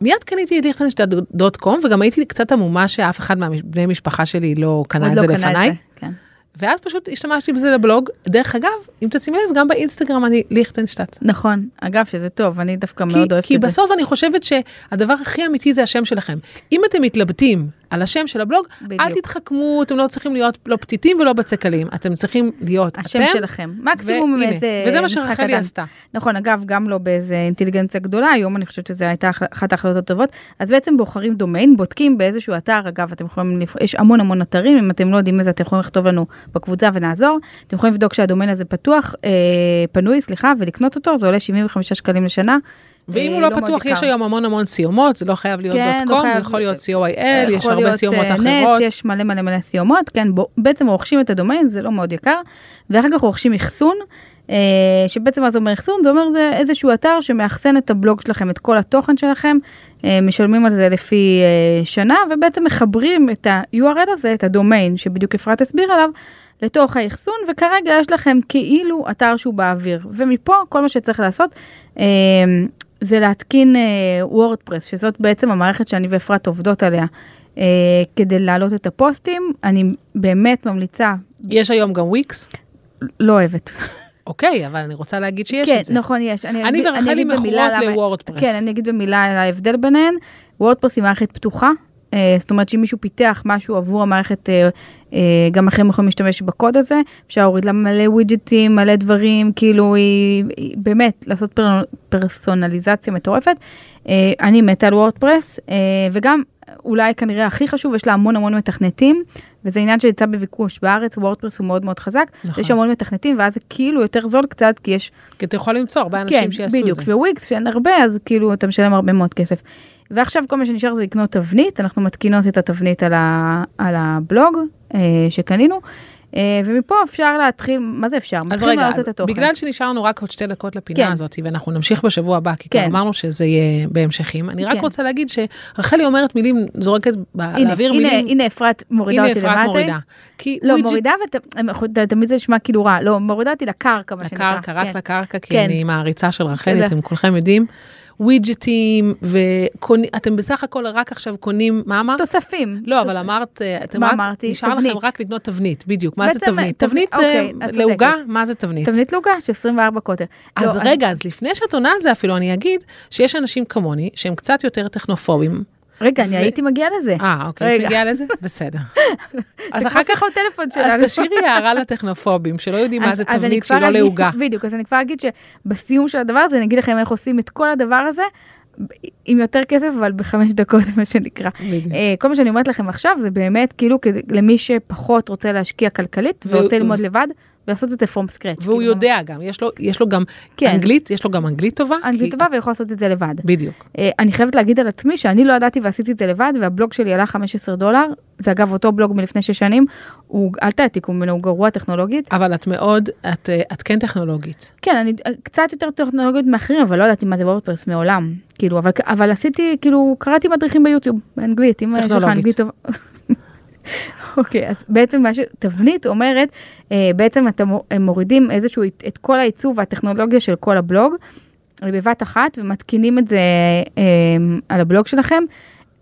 מיד קניתי את ליכטנשטיין.קום, וגם הייתי קצת עמומה שאף אחד מבני משפחה שלי לא קנה
עוד
את
לא
זה
קנה
לפניי,
כן.
ואז פשוט השתמשתי בזה לבלוג. דרך אגב, אם תשימי לב, גם באינסטגרם אני ליכטנשטט.
נכון, אגב שזה טוב, אני דווקא
כי,
מאוד אוהבת את זה.
כי בסוף אני חושבת שהדבר הכי אמיתי זה השם שלכם. אם אתם מתלבטים על השם של הבלוג, אל
בדיוק.
תתחכמו, אתם לא צריכים להיות לא פתיתים ולא בצקלים, אתם צריכים להיות
השם
אתם,
שלכם. מקסימום
והנה,
איזה
וזה מה
אה, משחק
שרחלי
קטן.
עשתה.
נכון, אגב, גם לא באיזה אינטליגנציה גדולה, היום אני חושבת שזו הייתה אחלה- אחת ההחלטות הטובות. אז בעצם בוחרים דומיין, בודקים באיזשהו אתר, אגב, אתם יכולים, לבח- יש המון המון אתרים, אם אתם לא יודעים איזה, אתם יכולים לכתוב לנו בקבוצה ונעזור. אתם יכולים לבדוק שהדומיין הזה פתוח, אה, פנוי, סליחה, ולקנות אותו, זה עולה 75 שקלים לשנה.
ואם
אה,
הוא לא
לא מאוד
פתוח, יש
יקר.
היום המון המון סיומות, זה לא חייב להיות
כן,
.com,
לא חייב-
יכול להיות
אה,
co.il, יש
יכול
הרבה
להיות,
סיומות
אה,
אחרות.
נט, יש מלא מלא מלא סיומות, כן, בו, בעצם רוכשים את הדומיין, זה לא מאוד יקר, ואחר כך רוכשים אחסון, אה, שבעצם מה זה אומר אחסון? זה אומר זה איזשהו אתר שמאחסן את הבלוג שלכם, את כל התוכן שלכם, אה, משלמים על זה לפי אה, שנה, ובעצם מחברים את ה-URL הזה, את הדומיין, שבדיוק אפרת הסביר עליו, לתוך האחסון, וכרגע יש לכם כאילו אתר שהוא באוויר, ומפה כל מה שצריך לעשות, אה, זה להתקין אה, וורדפרס, שזאת בעצם המערכת שאני ואפרת עובדות עליה. אה, כדי להעלות את הפוסטים, אני באמת ממליצה,
יש היום גם וויקס.
לא אוהבת.
אוקיי, אבל אני רוצה להגיד שיש
כן,
את זה.
נכון, יש. אני,
אני
אגיד-
ורחלי
אגיד במילה
מכורות
למה-
לוורדפרס.
כן, אני אגיד במילה על ההבדל ביניהן. וורדפרס היא מערכת פתוחה, אה, זאת אומרת שאם מישהו פיתח משהו עבור המערכת, אה, אה, גם אחרים יכולים להשתמש בקוד הזה, אפשר להוריד לה מלא ווידג'טים, מלא דברים, כאילו היא, היא באמת לעשות פר, פרסונליזציה מטורפת. אה, אני מתה על וורדפרס, אה, וגם אולי כנראה הכי חשוב, יש לה המון המון מתכנתים, וזה עניין שיצא בביקוש בארץ, וורדפרס הוא מאוד מאוד חזק,
נכון.
יש המון מתכנתים, ואז זה כאילו יותר זול קצת, כי יש
כי אתה יכול למצוא הרבה אנשים שיעשו את
כן, בדיוק,
זה.
בוויקס שאין הרבה, אז כאילו אתה משלם הרבה מאוד כסף. ועכשיו כל מה שנשאר זה לקנות תבנית, אנחנו מתקינות את התבנית על, ה, על הבלוג אה, שקנינו, אה, ומפה אפשר להתחיל, מה זה אפשר?
אז
מתחילים
רגע,
להעלות
אז
את התוכן.
בגלל שנשארנו רק עוד שתי דקות לפינה
כן.
הזאת, ואנחנו נמשיך בשבוע הבא, כי כבר
כן.
אמרנו שזה יהיה בהמשכים, אני רק
כן.
רוצה להגיד שרחלי אומרת מילים, זורקת ב-
הנה,
לאוויר
הנה,
מילים,
הנה אפרת מורידה
הנה
אותי למטה.
אפרת מורידה. כי
לא,
ווידג'ט-
מורידה, ותמיד זה נשמע כאילו רע, לא, מורידה אותי לקרקע, מה שנקרא.
לקרקע, רק
כן.
לקרקע, כי
כן.
אני מעריצה של רחלי,
תודה.
אתם כולכם יודעים. ווידג'טים, ואתם בסך הכל רק עכשיו קונים, מה אמרת?
תוספים.
לא, אבל
תוס-
אמרת, אה, אתם
מה
רק,
אמרתי?
נשאר לכם
תבנית.
רק לקנות תבנית, בדיוק, מה זה
בעצם,
תבנית? תבנית
תבנית,
זה
אוקיי, את צודקת.
לעוגה, מה זה תבנית?
תבנית לוגה של 24 קוטר.
אז
לא,
רגע, אז לפני שאת עונה על זה אפילו, אני אגיד שיש אנשים כמוני שהם קצת יותר טכנופובים.
רגע,
ו-
אני הייתי מגיעה לזה.
אה, אוקיי, את
רגע.
מגיעה לזה? בסדר. אז
זה
אחר
כמו
כך,
שיחות טלפון שלנו.
אז תשאירי הערה לטכנופובים, שלא יודעים מה
אז-
זה
אז אני
תבנית
כבר
שהיא לא
אגיד-
לעוגה.
בדיוק, אז אני כבר אגיד שבסיום של הדבר הזה, אני אגיד לכם איך עושים את כל הדבר הזה, ב- עם יותר כסף, אבל בחמש דקות, מה שנקרא.
בדיוק.
אה, כל מה שאני אומרת לכם עכשיו, זה באמת כאילו כדי- למי שפחות רוצה להשקיע כלכלית,
והוא-
ורוצה ללמוד לבד, ולעשות את זה from scratch.
והוא
כאילו,
יודע גם, יש לו- יש לו גם
כן.
אנגלית, יש לו גם אנגלית טובה. כי-
אנגלית טובה ויכול לעשות את זה לבד.
בדיוק.
אה, אני חייבת להגיד על עצמי שאני לא ידעתי ועשיתי את זה לבד והבלוג שלי עלה 15 דולר זה אגב אותו בלוג מלפני 6 שנים הוא אל תעתיקו ממנו הוא גרוע טכנולוגית
אבל את מאוד, את, אה, את כן טכנולוגית.
כן, אני אה, קצת יותר טכנולוגית מאחרים, אבל לא ידעתי מה זה וורדפרס מעולם. כאילו, אבל, אבל עשיתי, כאילו, קראתי מדריכים ביוטיוב, באנגלית, אם יש לך
טכנולוגית.
אנגלית טוב... אוקיי, אז בעצם מה שתבנית אומרת, אה, בעצם אתם מו- הם מורידים איזשהו, את כל העיצוב והטכנולוגיה של כל הבלוג, אה, בבת אחת, ומתקינים את זה אה, על הבלוג שלכם.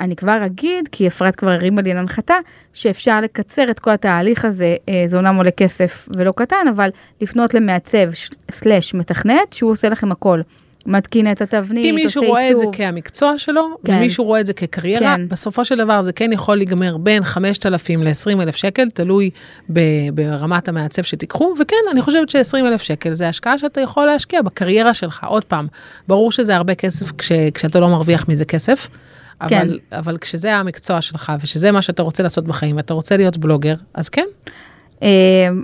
אני כבר אגיד, כי אפרת כבר הרימה לי להנחתה, שאפשר לקצר את כל התהליך הזה, אה, זה אומנם עולה כסף ולא קטן, אבל לפנות למעצב ש- סלאש מתכנת, שהוא עושה לכם הכל. מתקין את התבנית,
אם
עושה
מישהו
עיצוב.
רואה את זה כמקצוע שלו,
כן.
ומישהו רואה את זה כקריירה,
כן.
בסופו של דבר זה כן יכול להיגמר בין 5,000 ל-20,000 שקל, תלוי ב- ברמת המעצב שתיקחו, וכן, אני חושבת ש-20,000 שקל זה השקעה שאתה יכול להשקיע בקריירה שלך. עוד פעם, ברור שזה הרבה כסף כש, כשאתה לא מרוויח מזה כסף. אבל, כן. אבל כשזה המקצוע שלך ושזה מה שאתה רוצה לעשות בחיים ואתה רוצה להיות בלוגר אז כן
אה,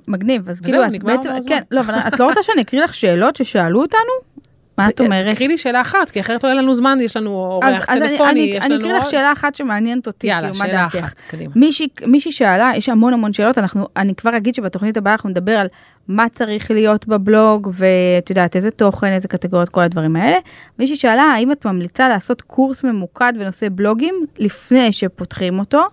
מגניב, אז
וזהו,
כאילו, את
נגמר
בעצם-
כבר הזמן.
כן, לא, אבל את לא רוצה שאני אקריא לך שאלות ששאלו אותנו? מה את אומרת?
תקריא אה, לי שאלה אחת כי אחרת לא יהיה לנו זמן יש לנו
אז-
אורח
אז אני-
טלפוני
אני-
יש
אני
לנו
אקריא לך
עוד-
שאלה אחת שמעניינת אותי,
יאללה
כאילו, מה
שאלה
דעתך?
אחת קדימה.
מישהי מישהי שאלה, יש המון המון שאלות, אנחנו, אני כבר אגיד שבתוכנית הבאה אנחנו נדבר על מה צריך להיות בבלוג, ואת יודעת, איזה תוכן, איזה קטגוריות, כל הדברים האלה. מישהי שאלה, האם את ממליצה לעשות קורס ממוקד בנושא בלוגים לפני שפותחים אותו,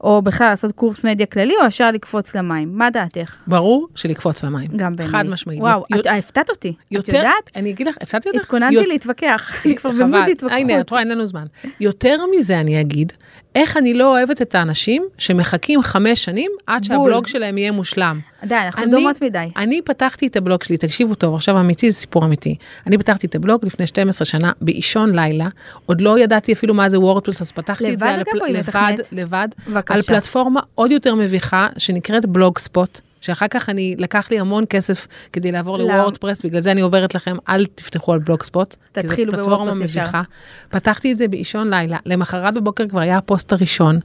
או בכלל לעשות קורס מדיה כללי, או ישר לקפוץ למים? מה דעתך?
ברור שלקפוץ למים.
גם בעיניי.
חד משמעית.
וואו,
יו-
את אה, הפתעת אותי. את
יותר,
יודעת?
אני אגיד לך, הפסדתי אותך?
התכוננתי
יו-
להתווכח, אני כבר
חבל.
במוד
אה, הנה, את
התווכחות.
רואה, אין לנו זמן. יותר מזה אני אגיד, איך אני לא אוהבת את האנשים שמחכים חמש שנים עד
בול.
שהבלוג שלהם יהיה מושלם.
די, אנחנו
אני-
דומות מדי.
אני פתחתי את הבלוג שלי, תקשיבו טוב, עכשיו אמיתי, זה סיפור אמיתי. אני פתחתי את הבלוג לפני 12 שנה באישון לילה, עוד לא ידעתי אפילו מה זה וורדפלוס, אז פתחתי את
לבד
זה על
אגב,
הפל-
או עם
לבד,
מתכנת?
לבד, על
בבקשה.
פלטפורמה עוד יותר מביכה שנקראת בלוג ספוט. שאחר כך אני לקח לי המון כסף כדי לעבור
למה?
לוורדפרס בגלל זה אני עוברת לכם אל תפתחו על בלוג ספוט. כי זו
תתחילו
פלטפורמה
בוורדפרס ישר.
מביכה. פתחתי את זה באישון לילה למחרת בבוקר כבר היה הפוסט הראשון.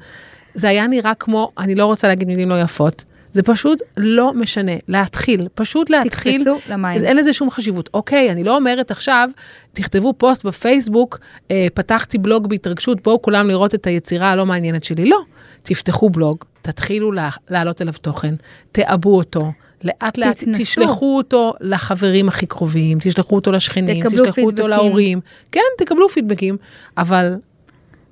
זה היה נראה כמו אני לא רוצה להגיד מילים לא יפות. זה פשוט לא משנה. להתחיל, פשוט להתחיל.
תקפצו למים.
אז אין לזה שום חשיבות. אוקיי, אני לא אומרת עכשיו, תכתבו פוסט בפייסבוק, אה, פתחתי בלוג בהתרגשות, בואו כולם לראות את היצירה הלא מעניינת שלי. לא. תפתחו בלוג, תתחילו לה- להעלות אליו תוכן, תעבו אותו. לאט לאט
תתנסו.
תשלחו אותו לחברים הכי קרובים, תשלחו אותו לשכנים,
תקבלו
תשלחו
פידבקים.
אותו להורים. כן, תקבלו פידבקים, אבל,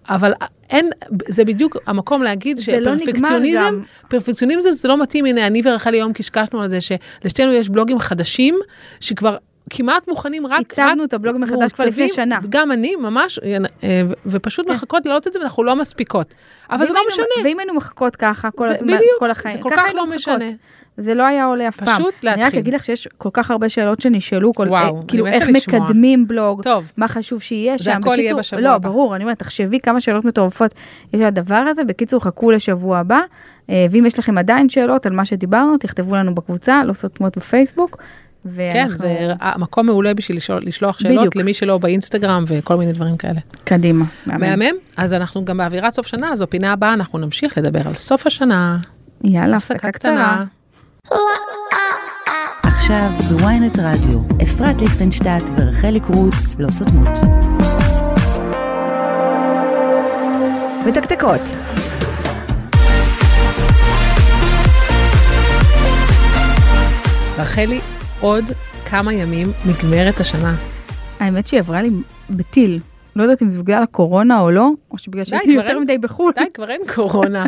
אבל אין, זה בדיוק המקום להגיד
זה לא נגמר
שפרפקציוניזם,
גם.
פרפקציוניזם זה לא מתאים, הנה אני ורחלי היום קשקשנו על זה שלשתינו יש בלוגים חדשים שכבר כמעט מוכנים רק, רק
הצגנו את הבלוג מחדש כבר לפני
מעוצבים,
שנה.
גם אני ממש, אה, ו- ופשוט מחכות להעלות את זה ואנחנו לא מספיקות, אבל זה
כן. ואם
לא
היינו-
משנה,
ואם היינו מחכות ככה כל
זה-
הזמן,
בדיוק,
כל החיים,
זה כל
ככה
כך
היינו
לא
מחכות.
משנה,
זה לא היה עולה אף פעם.
פשוט
אני רק
להתחיל.
אגיד לך שיש כל כך הרבה שאלות שנשאלו, כל,
וואו,
אה, כאילו
אני מתה
איך
לשמוע.
מקדמים בלוג,
טוב,
מה חשוב שיהיה
זה
שם.
הכל יהיה בשבוע
לא,
הבא.
ברור, אני אומרת, תחשבי כמה שאלות מטורפות יש לדבר הזה. בקיצור, חכו לשבוע הבא, אה, ואם יש לכם עדיין שאלות על מה שדיברנו, תכתבו לנו בקבוצה, לא סותמות בפייסבוק.
כן,
ואנחנו...
זה אה, מקום מעולה בשביל לשאול- לשלוח שאלות
בדיוק.
למי שלא באינסטגרם וכל מיני דברים כאלה.
קדימה. מהמם.
מהמם? אז אנחנו גם באווירת סוף שנה, אז בפינה הבאה אנחנו נמשיך לדבר על סוף השנה.
יאללה,
הפסקה קטנה.
עכשיו בוויינט רדיו, אפרת ליכטנשטט ורחלי קרוט לא סותמות.
מתקתקות.
רחלי, עוד כמה ימים נגמרת השנה.
האמת שהיא עברה לי בטיל. לא יודעת אם זה בגלל הקורונה או לא, או שבגלל שהייתי
כבר
יותר
אין-
מדי בחו"ל.
די, כבר אין קורונה.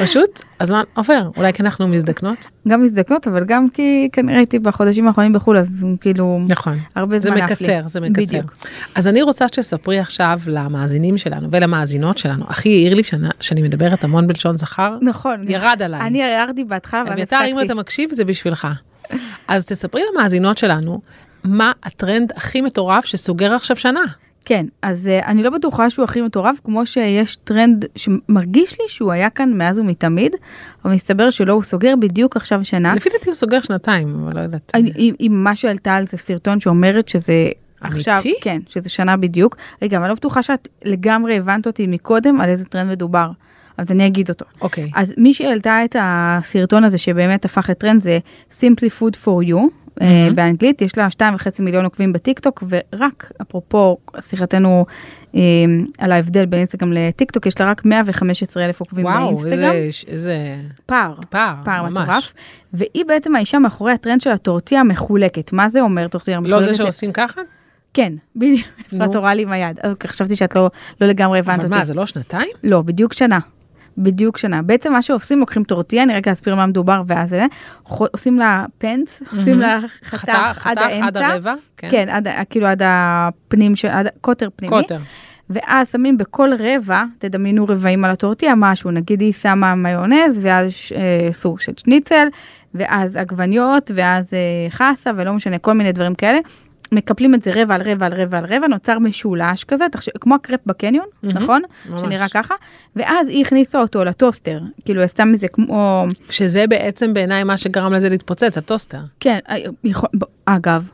פשוט הזמן עובר, אולי כי אנחנו מזדקנות.
גם מזדקנות, אבל גם כי כנראה הייתי בחודשים האחרונים בחו"ל, אז כאילו,
נכון.
הרבה
זה
זמן עף לי.
מקצר, זה מקצר.
בדיוק.
אז אני רוצה שתספרי עכשיו למאזינים שלנו ולמאזינות שלנו. הכי העיר לי שנה- שאני מדברת המון בלשון זכר,
נכון.
ירד עליי.
אני הערתי בהתחלה, ואז
אביתר, אם
הפסקתי.
אתה מקשיב, זה בשבילך. אז תספרי למאזינות שלנו, מה הטרנד הכי מטורף שסוגר עכשיו שנה?
כן, אז אה, אני לא בטוחה שהוא הכי מטורף, כמו שיש טרנד שמרגיש לי שהוא היה כאן מאז ומתמיד, אבל מסתבר שלא, הוא סוגר בדיוק עכשיו שנה.
לפי דעתי הוא סוגר שנתיים, אבל לא יודעת.
אני- עם- עם מה שעלתה על זה סרטון שאומרת שזה
אמיתי?
עכשיו, כן, שזה שנה בדיוק. רגע, אבל אני לא בטוחה שאת לגמרי הבנת אותי מקודם על איזה טרנד מדובר, אז אני אגיד אותו.
אוקיי.
אז מי שהעלתה את הסרטון הזה שבאמת הפך לטרנד זה Simply Food for You. אה, באנגלית יש לה שתיים וחצי מיליון עוקבים בטיקטוק ורק אפרופו שיחתנו אה, על ההבדל בין אינסטגרם לטיקטוק יש לה רק 115 אלף עוקבים
וואו,
באינסטגרם
איזה- איזה
פער
פער,
פער
ממש.
מטורף והיא בעצם האישה מאחורי הטרנד של הטורטיה המחולקת מה זה אומר טורטיה
לא
מחולקת?
זה שעושים ככה?
כן בדיוק
נו.
אפרת הורה לי עם היד אוקיי, חשבתי שאת לא לא לגמרי הבנת
אבל
אותי.
מה, זה לא שנתיים?
לא, בדיוק שנה. בדיוק שנה. בעצם מה שעושים, לוקחים טורטיה, אני רגע אסביר על מה מדובר, ואז זה, חו- עושים לה פנס, עושים לה חתך
עד
עד האמצע.
הרבע?
כן, עד, ה- כאילו עד הפנים, של, עד קוטר פנימי,
קוטר.
ואז שמים בכל רבע, תדמיינו רבעים על הטורטיה, משהו, נגיד היא שמה מיונז, ואז ש- אה, סוג של שניצל, ואז עגבניות, ואז אה, חסה, ולא משנה, כל מיני דברים כאלה. מקפלים את זה רבע על רבע על רבע על רבע, נוצר משולש כזה, תחשב, כמו הקרפ בקניון,
מהמם.
נכון?
ממש.
שנראה ככה, ואז היא הכניסה אותו לטוסטר, כאילו היא עשתה מזה כמו,
שזה בעצם בעיניי מה שגרם לזה להתפוצץ, הטוסטר.
כן, אה, יכול- ב- אגב,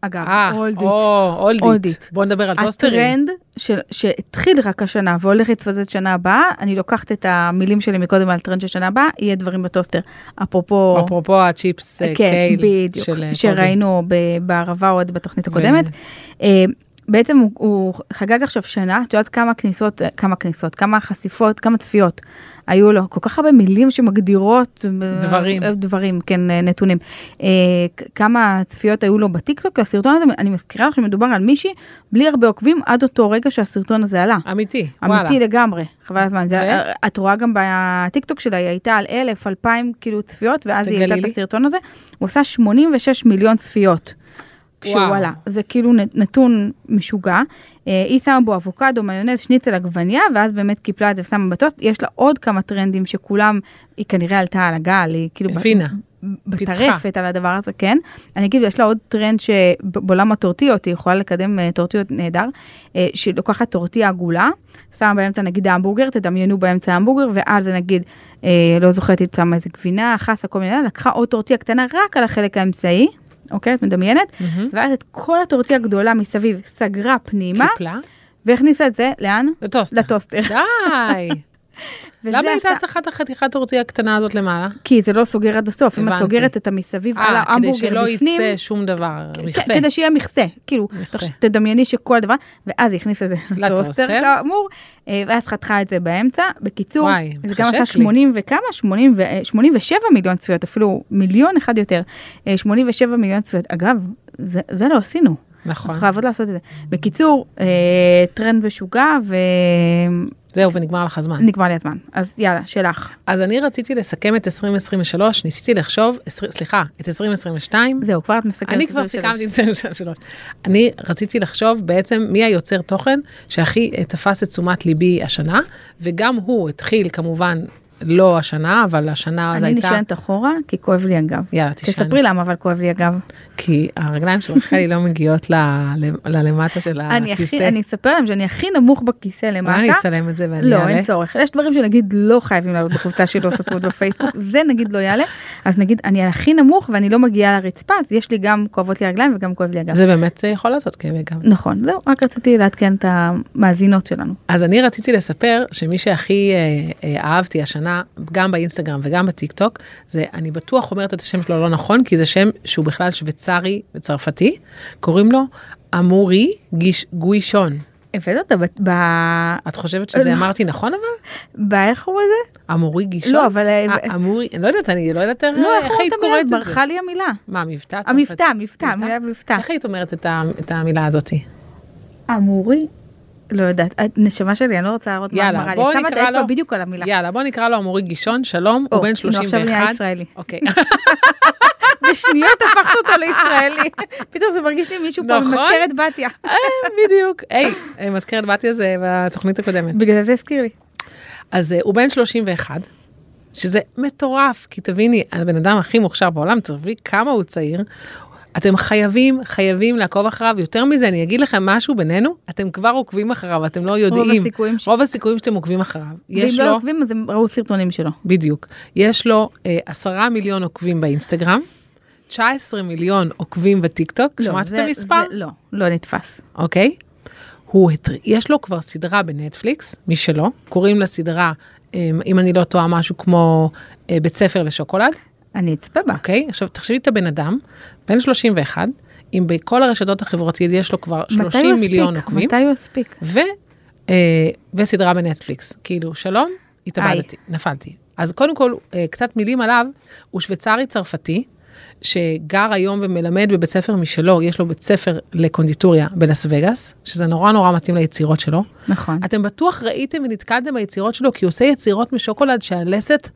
אגב,
אה,
hold it.
או,
Hold
אולד איט.
it.
בוא נדבר על טוסטרים.
הטרנד של- שהתחיל רק השנה והולך להתפוצץ שנה הבאה, אני לוקחת את המילים שלי מקודם על טרנד של שנה הבאה, יהיה דברים בטוסטר. אפרופו,
אפרופו הצ'יפס אה,
כן,
קייל
בדיוק,
של אה, קובי. כן.
שראינו ב- בערבה עוד בתוכנית
ו-
הקודמת. אה, בעצם הוא, הוא חגג עכשיו שנה, את יודעת כמה כניסות, אה, כמה כניסות, כמה חשיפות, כמה צפיות היו לו, כל כך הרבה מילים שמגדירות אה,
דברים.
אה, דברים, כן, אה, נתונים. אה, כ- כמה צפיות היו לו בטיקטוק, הסרטון הזה, אני מזכירה לך שמדובר על מישהי בלי הרבה עוקבים עד אותו רגע שהסרטון הזה עלה.
אמיתי, וואלה.
אמיתי לגמרי, חבל הזמן, זה-
ו?
את רואה גם בטיקטוק שלה, היא הייתה על אלף, אלפיים כאילו צפיות, ואז היא
תגלי
העלתה
לי.
את הסרטון הזה, הוא עשה 86 מיליון צפיות. כשהוא
וואו.
עלה, זה כאילו נ- נתון משוגע, אה, היא שמה בו אבוקדו, מיונז, שניצל עגבניה, ואז באמת קיפלה את זה ושמה בטוסט, יש לה עוד כמה טרנדים שכולם, היא כנראה עלתה על הגל, היא כאילו ב-
הבינה.
בטרפת על הדבר הזה, כן. אני אגיד, יש לה עוד טרנד שבעולם הטורטיות, היא יכולה לקדם אה, טורטיות נהדר, אה, שהיא לוקחת טורטיה עגולה, שמה באמצע נגיד המבורגר, תדמיינו באמצע המבורגר, ואז זה נגיד, אה, לא זוכרת, היא שמה איזה גבינה, חסה, כל מיני, לא, לקחה עוד טורטיה קטנה רק על החלק האמצעי, אוקיי, את מדמיינת?
מהמם.
ואז את כל הטורטיה הגדולה מסביב סגרה פנימה,
קיפלה?
והכניסה את זה, לאן?
לטוסטר.
לטוסטר.
די.
וזה
למה הייתה
עשה-
צריכה את החתיכת טורטיה הקטנה הזאת למעלה?
כי זה לא סוגר עד הסוף, אם את
הבנתי.
סוגרת את המסביב על
אה, כדי
ההמבורגר
שלא
בפנים,
יצא שום דבר,
כ-
מכסה.
כדי שיהיה מכסה, כאילו,
מכסה.
תחש- תדמייני שכל הדבר, ואז היא הכניסה את זה
לטוסטר.
לטוסטר כאמור, אה, ואז חתכה את זה באמצע. בקיצור,
וואי,
זה גם
מתחשק
עשה
לי.
80 וכמה, 80 ו- אה, 87 מיליון צפיות, אפילו מיליון אחד יותר, אה, 87 מיליון צפיות. אגב, זה זה לא עשינו,
נכון.
אנחנו חייבות לעשות את זה. בקיצור, אה, טרנד משוגע
אה.
ונגמר
זהו, ונגמר לך הזמן.
לי הזמן, אז יאללה, שלך.
אז אני רציתי לסכם את 2023, ניסיתי לחשוב, עשרים- סליחה, את 2022.
זהו, כבר את מסכמת.
אני
את
כבר
זה שלך.
סיכמתי את 2023. אני רציתי לחשוב בעצם מי היוצר תוכן שהכי אה, תפס את תשומת ליבי השנה, וגם הוא התחיל כמובן לא השנה, אבל השנה אז
אני
הייתה...
נשענת אחורה, כי כואב לי הגב.
יאללה, תשען.
תספרי למה אבל כואב לי הגב.
כי הרגליים של רחלי לא מגיעות ל- ל- ללמטה של
אני
הכיסא.
הכי, אני אספר להם שאני הכי נמוך בכיסא
אולי אני
למטה.
אצלם את זה ואני
לא,
אעלה?
אין צורך. יש דברים שנגיד לא חייבים לעלות בחופצה שלא סותרות בפייסבוק, זה נגיד לא יעלה. אז נגיד אני הכי נמוך ואני לא מגיעה לרצפה, אז יש לי גם כואבות לי הרגליים וגם כואב לי הגב.
זה באמת אה, יכול לעשות כאבי גב.
נכון, זהו, רק רציתי לעדכן את המאזינות שלנו.
אז אני רציתי לספר שמי שהכי אה, אה, אהבתי השנה, גם באינסטגרם וגם בטיק טוק, זה אני בטוח אומרת את השם שלו לא נכון, כי זה שם שהוא בכלל שוויצרי וצרפתי, קוראים לו אמורי גיש, גוישון.
הבאת אותה ב... ב-
את חושבת שזה
לא.
אמרתי נכון אבל?
ב... איך הוא זה?
אמורי גישון?
לא, אבל... אה,
אה, אמורי, אני לא יודעת, אני לא יודעת איך
לא, איך
איך היית
אומרת
קוראת
המילה?
את זה.
ברחה לי המילה.
מה, מבטא? צרפתי?
המבטא, מבטא, המילה מבטא.
איך היית אומרת את ה- את המילה הזאתי?
אמורי? לא יודעת, הנשמה שלי, אני לא רוצה להראות מה
יאללה,
אמרה לי.
בואו
שמה את
נקרא
האצבע
לו-
בדיוק על המילה.
יאללה, בוא נקרא לו אמורי גישון, שלום,
או,
הוא בן
הנה, לא, עכשיו
31.
נהיה ישראלי.
אוקיי.
בשניות הפכת אותו לישראלי. פתאום זה מרגיש לי מישהו פה
נכון?
ממזכרת בתיה.
בדיוק. היי, אה, מזכרת באתי על זה בתוכנית הקודמת.
בגלל זה הזכיר לי.
אז אה, הוא בן 31, שזה מטורף, כי תביני, הבן אדם הכי מוכשר בעולם, תביני כמה הוא צעיר. אתם חייבים, חייבים לעקוב אחריו. יותר מזה, אני אגיד לכם משהו בינינו, אתם כבר עוקבים אחריו, אתם לא יודעים.
הסיכויים ש-
רוב הסיכויים שאתם עוקבים אחריו.
ואם
יש
לא
לו,
עוקבים אז הם ראו סרטונים שלו.
בדיוק, יש לו אה, עשרה מיליון עוקבים באינסטגרם, 19 מיליון עוקבים בטיקטוק,
לא,
שמעת את
זה-
המספר?
זה- לא, לא נתפס.
אוקיי? הוא, הטר- יש לו כבר סדרה בנטפליקס, משלו, קוראים לסדרה, אמ, אם אני לא טועה, משהו כמו אה, בית ספר לשוקולד,
אני אצפה בה.
אוקיי? עכשיו תחשבי את הבן אדם, בן 31, אם בכל הרשתות החברתיות יש לו כבר
מתי הוא
30
יספיק?
מיליון עוקבים,
מתי הוא יספיק?
ו, אה, וסדרה בנטפליקס, כאילו, שלום, התאבדתי, נפלתי. אז קודם כל, אה, קצת מילים עליו, הוא שוויצרי-צרפתי, שגר היום ומלמד בבית ספר משלו, יש לו בית ספר לקונדיטוריה בלאס וגאס, שזה נורא נורא מתאים ליצירות שלו.
נכון.
אתם בטוח ראיתם ונתקלתם ביצירות שלו, כי הוא עושה יצירות משוקולד שהלסת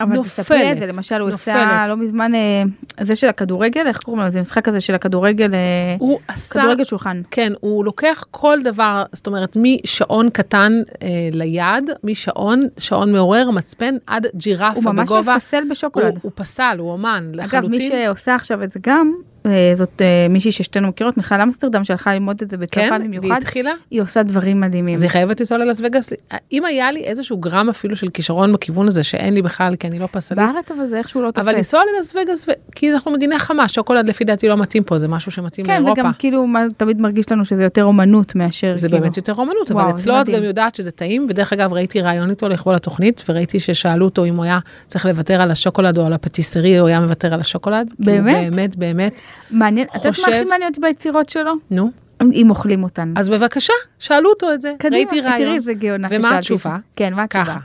אבל תספרי על זה,
נופלת,
למשל הוא עשה
נופלת.
לא מזמן, אה, זה של הכדורגל, איך קוראים לזה? משחק הזה של הכדורגל, אה,
הוא עשה...
כדורגל שולחן.
כן, הוא לוקח כל דבר, זאת אומרת, משעון קטן אה, ליד, משעון, שעון מעורר, מצפן, עד ג'ירפה
הוא ממש
בגובה.
מפסל בשוקולד.
הוא, הוא פסל, הוא אומן לחלוטין.
אגב, מי שעושה עכשיו את זה גם, אה, זאת אה, מישהי ששתינו מכירות, מיכל אמסטרדם שהלכה ללמוד את זה בצרפת
כן, והיא
במיוחד,
התחילה,
היא עושה דברים מדהימים.
אז היא חייבת לנסוע ללאס וגאס. אם היה לי איזשהו גרם אפילו של כישרון בכיוון הזה, שאין לי בכלל, כי אני לא פסלית,
בארץ אבל זה איכשהו לא תופס.
אבל לנסוע ללאס וגאס, ו- כי אנחנו מדינה חמה, שוקולד לפי דעתי לא מתאים פה, זה משהו שמתאים
כן,
לאירופה.
וגם כאילו מה, תמיד מרגיש לנו שזה יותר אומנות מאשר
זה
כאילו.
באמת יותר אומנות,
וואו,
אבל
זה
אצלו את
מדהים.
גם יודעת שזה טעים, ודרך אגב ראיתי ראיון איתו לכבוד התוכנית, וראיתי ששאלו אותו אם הוא היה צריך לוותר על השוקולד או על הפטיסרי, הוא היה מוותר על השוקולד. כאילו,
באמת?
באמת, באמת.
מעניין, את יודעת מה
חושב-
הכי מעניין אותי ביצירות שלו?
נו,
אם אוכלים אותן.
אז בבקשה, שאלו אותו את זה,
קדימה,
ראיתי ראיון.
תראי איזה גאונה
ומה
ששאלתי.
התשובה?
כן, מה התשובה?
ככה,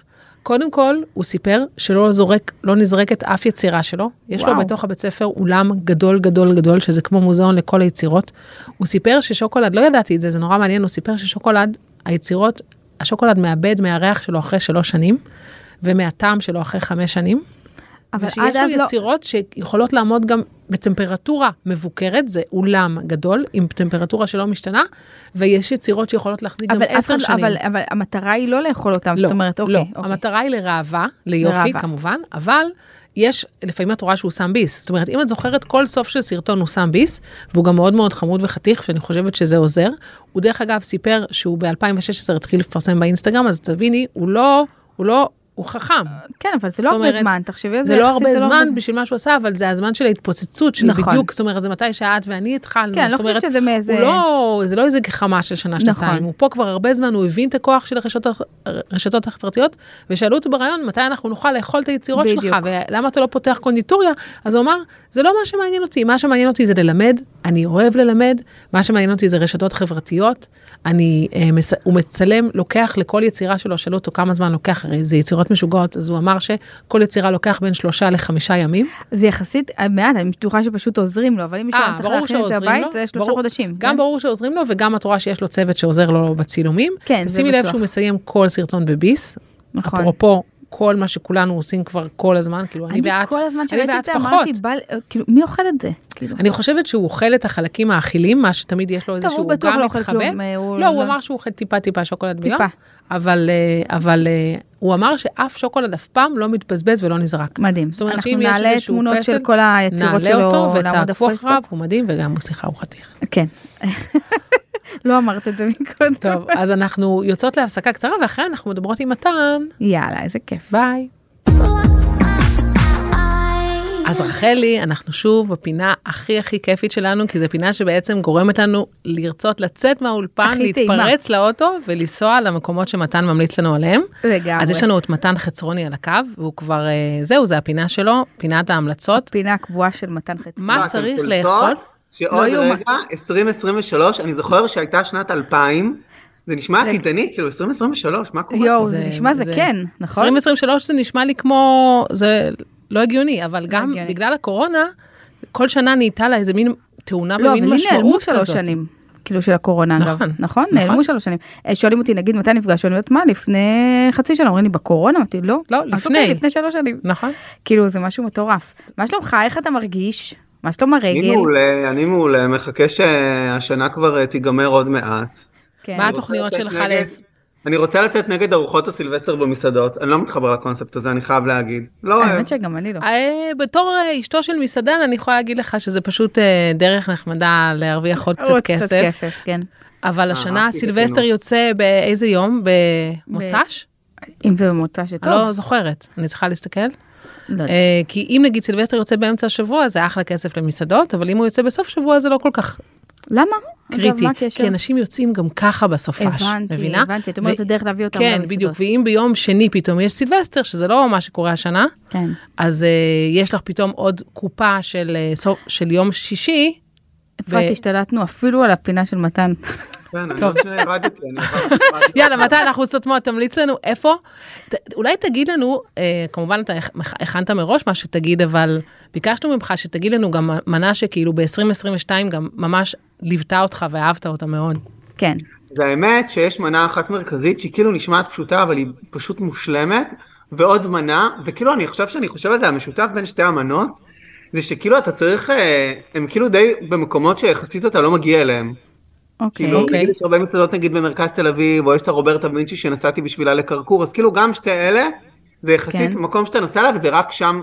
קודם כל, הוא סיפר שלא זורק, לא נזרקת אף יצירה שלו. יש
וואו.
לו בתוך הבית ספר אולם גדול גדול גדול, שזה כמו מוזיאון לכל היצירות. הוא סיפר ששוקולד, לא ידעתי את זה, זה נורא מעניין, הוא סיפר ששוקולד, היצירות, השוקולד מאבד מהריח שלו אחרי שלוש שנים, ומהטעם שלו אחרי חמש שנים.
אבל עד
ושיש
אז
לו
לא,
יצירות שיכולות לעמוד גם בטמפרטורה מבוקרת, זה אולם גדול עם טמפרטורה שלא משתנה, ויש יצירות שיכולות להחזיק גם
אבל אף
עשר
אחד-
שנים.
אבל- אבל המטרה היא לא לאכול אותם,
לא,
זאת אומרת, אוקיי.
לא.
אוקיי.
המטרה היא לראווה, ליופי
לראווה.
כמובן, אבל יש, לפעמים את רואה שהוא שם ביס. זאת אומרת, אם את זוכרת, כל סוף של סרטון הוא שם ביס, והוא גם מאוד מאוד חמוד וחתיך, שאני חושבת שזה עוזר. הוא דרך אגב סיפר שהוא ב-2016 התחיל לפרסם באינסטגרם, אז תביני, הוא לא, הוא לא הוא חכם.
כן, אבל זה
זאת
לא הרבה
אומרת,
זמן, תחשבי על זה.
זה לא
יחסית
הרבה זמן
הרבה-
בשביל מה שהוא עשה, אבל זה הזמן של ההתפוצצות, של
נכון.
בדיוק, זאת אומרת, זה מתי שאת ואני התחלנו.
כן, אני לא
זאת אומרת,
חושבת שזה מאיזה...
הוא לא, זה לא איזה גחמה של שנה,
נכון.
שנתיים, הוא פה כבר הרבה זמן, הוא הבין את הכוח של הרשתות- הרשתות החברתיות, ושאלו אותו בריאיון מתי אנחנו נוכל לאכול את היצירות
בדיוק.
שלך, ולמה אתה לא פותח קונדיטוריה, אז הוא אמר, זה לא מה שמעניין אותי, מה שמעניין אותי זה ללמד, אני אוהב ללמד, מה שמעניין אותי זה רשתות חברתיות, אני, אה, מס, הוא מצלם, לוקח לכל יצירה שלו, שאלו אותו כמה זמן לוקח, הרי זה יצירות משוגעות, אז הוא אמר שכל יצירה לוקח בין שלושה לחמישה ימים.
זה יחסית אה, מעט, אני בטוחה שפשוט עוזרים לו, אבל אם מישהו
אה,
היה צריך
ברור
להכין את זה
שעוזרים
הבית,
לו.
זה שלושה
ברור.
חודשים.
גם
כן?
ברור שעוזרים לו וגם את רואה שיש לו צוות שעוזר לו בצילומים.
כן, זה
שימי לב
בטוח.
שהוא מסיים כל סרטון בביס.
נכון.
אפרופו כל מה שכולנו עושים כבר כל הזמן, כאילו אני ואת,
כל הזמן שראיתי
ואת
את זה,
פחות. כן,
אמרתי, בל- אה, כאילו, מי אוכל את זה? כאילו.
אני חושבת שהוא אוכל את החלקים האכילים, מה שתמיד יש לו
טוב,
איזשהו
הוא בטוח
עוגה
לא אוכל
מתחבט.
כלום. אה,
לא, הוא אמר שהוא אוכל טיפה טיפה שוקולד ביום,
טיפה.
אבל אה, אבל אה, הוא אמר שאף שוקולד אף פעם לא מתבזבז ולא נזרק.
מדהים.
זאת אומרת,
אנחנו
שאם יש
נעלה
איזשהו
תמונות
פסל,
של כל היצירות
נעלה
שלו
אותו
לעמוד
ותעקבו
הפייסבוק.
אחריו, הוא מדהים וגם, סליחה, הוא חתיך.
כן. לא אמרת את זה מקודם.
טוב, אז אנחנו יוצאות להפסקה קצרה, ואחרי אנחנו מדברות עם מתן.
יאללה, איזה כיף.
ביי. אז רחלי, אנחנו שוב בפינה הכי הכי כיפית שלנו, כי זו פינה שבעצם גורמת לנו לרצות לצאת מהאולפן,
הכי טעימה.
להתפרץ לאוטו ולנסוע למקומות שמתן ממליץ לנו עליהם.
לגמרי.
אז יש לנו את מתן חצרוני על הקו, והוא כבר, אה, זהו, זה הפינה שלו, פינת ההמלצות.
פינה הקבועה של מתן חצי.
מה
רק
צריך
הן
לאכול?
קולטות שעוד
לא יאומן.
רגע, 2023, אני זוכר שהייתה שנת 2000, זה נשמע
זה-
עתידני, כאילו 2023, מה קורה?
יואו,
זה-
זה נשמע
זה-
זקן, נכון?
2023 זה נשמע לי כמו, זה לא הגיוני, אבל גם
הגיוני.
בגלל הקורונה, כל שנה נהייתה לה איזה מין תאונה
לא,
במין
אבל לי
משמעות כזאת.
נעלמו שלוש שנים. כאילו של הקורונה אגב,
נכון,
נכון?
נכון.
נעלמו שלוש שנים. אה, שואלים אותי נגיד מתי נפגשנו, אני אומרת מה לפני חצי שנה, אומרים לי בקורונה, אמרתי לא,
לא,
אז
לפני.
אוקיי, לפני שלוש שנים,
נכון.
כאילו זה משהו מטורף. מה שלומך, איך אתה מרגיש? מה שלום
אני
הרגל?
מעולה, אני מעולה, מחכה שהשנה כבר אה, תיגמר עוד מעט.
מה
כן.
רוצה
התוכניות
לצאת
שלך
נגד-
לס...
אני רוצה לצאת נגד ארוחות הסילבסטר במסעדות, אני לא מתחבר לקונספט הזה, אני חייב להגיד. לא אוהב.
האמת שגם אני לא.
אה, בתור אה, אשתו של מסעדן, אני יכולה להגיד לך שזה פשוט אה, דרך נחמדה להרוויח עוד קצת
עוד
כסף,
כן.
אבל השנה
אה, אהבתי את
סילבסטר
התינוק. יוצא
יוצא באיזה יום? במוצ"ש?
אם זה ממוצע שטוב.
אני לא זוכרת, אני צריכה להסתכל.
לא יודעת.
אה, כי אם נגיד סילבסטר יוצא באמצע השבוע זה אחלה כסף למסעדות אבל אם הוא יוצא בסוף שבוע זה לא כל כך
למה? אגב,
קריטי
מה הקשר?
כי אנשים יוצאים גם ככה בסופש
הבנתי,
מבינה?
הבנתי, את אומרת
ו-
זה דרך להביא אותם
כן
למסעדות.
בדיוק ואם ביום שני פתאום יש סילבסטר שזה לא מה שקורה השנה
כן.
אז אה, יש לך פתאום עוד קופה של, אה, סוף- של יום שישי.
אפרת,
ו-
השתלטנו אפילו על הפינה של מתן.
כן, אני
טוב.
עוד שנייה ירדתי, אני ירדתי, ירדתי.
יאללה, מתי אנחנו סותמות? תמליץ לנו איפה? ת, אולי תגיד לנו, אה, כמובן אתה הכ- מכ- הכנת מראש מה שתגיד, אבל ביקשנו ממך שתגיד לנו גם מנה שכאילו ב-2022 גם ממש ליוותה אותך ואהבת אותה מאוד.
כן.
והאמת שיש מנה אחת מרכזית שהיא כאילו נשמעת פשוטה, אבל היא פשוט מושלמת, ועוד מנה, וכאילו אני חושב שאני חושב על זה, המשותף בין שתי המנות, זה שכאילו אתה צריך, אה, הם כאילו די במקומות שיחסית אתה לא מגיע אליהם.
אוקיי.
כאילו,
אוקיי.
נגיד יש הרבה מסעדות נגיד במרכז תל אביב, או יש את הרוברטה וינצ'י שנסעתי בשבילה לקרקור, אז כאילו גם שתי אלה, זה יחסית
כן.
מקום שאתה נוסע אליו, וזה רק שם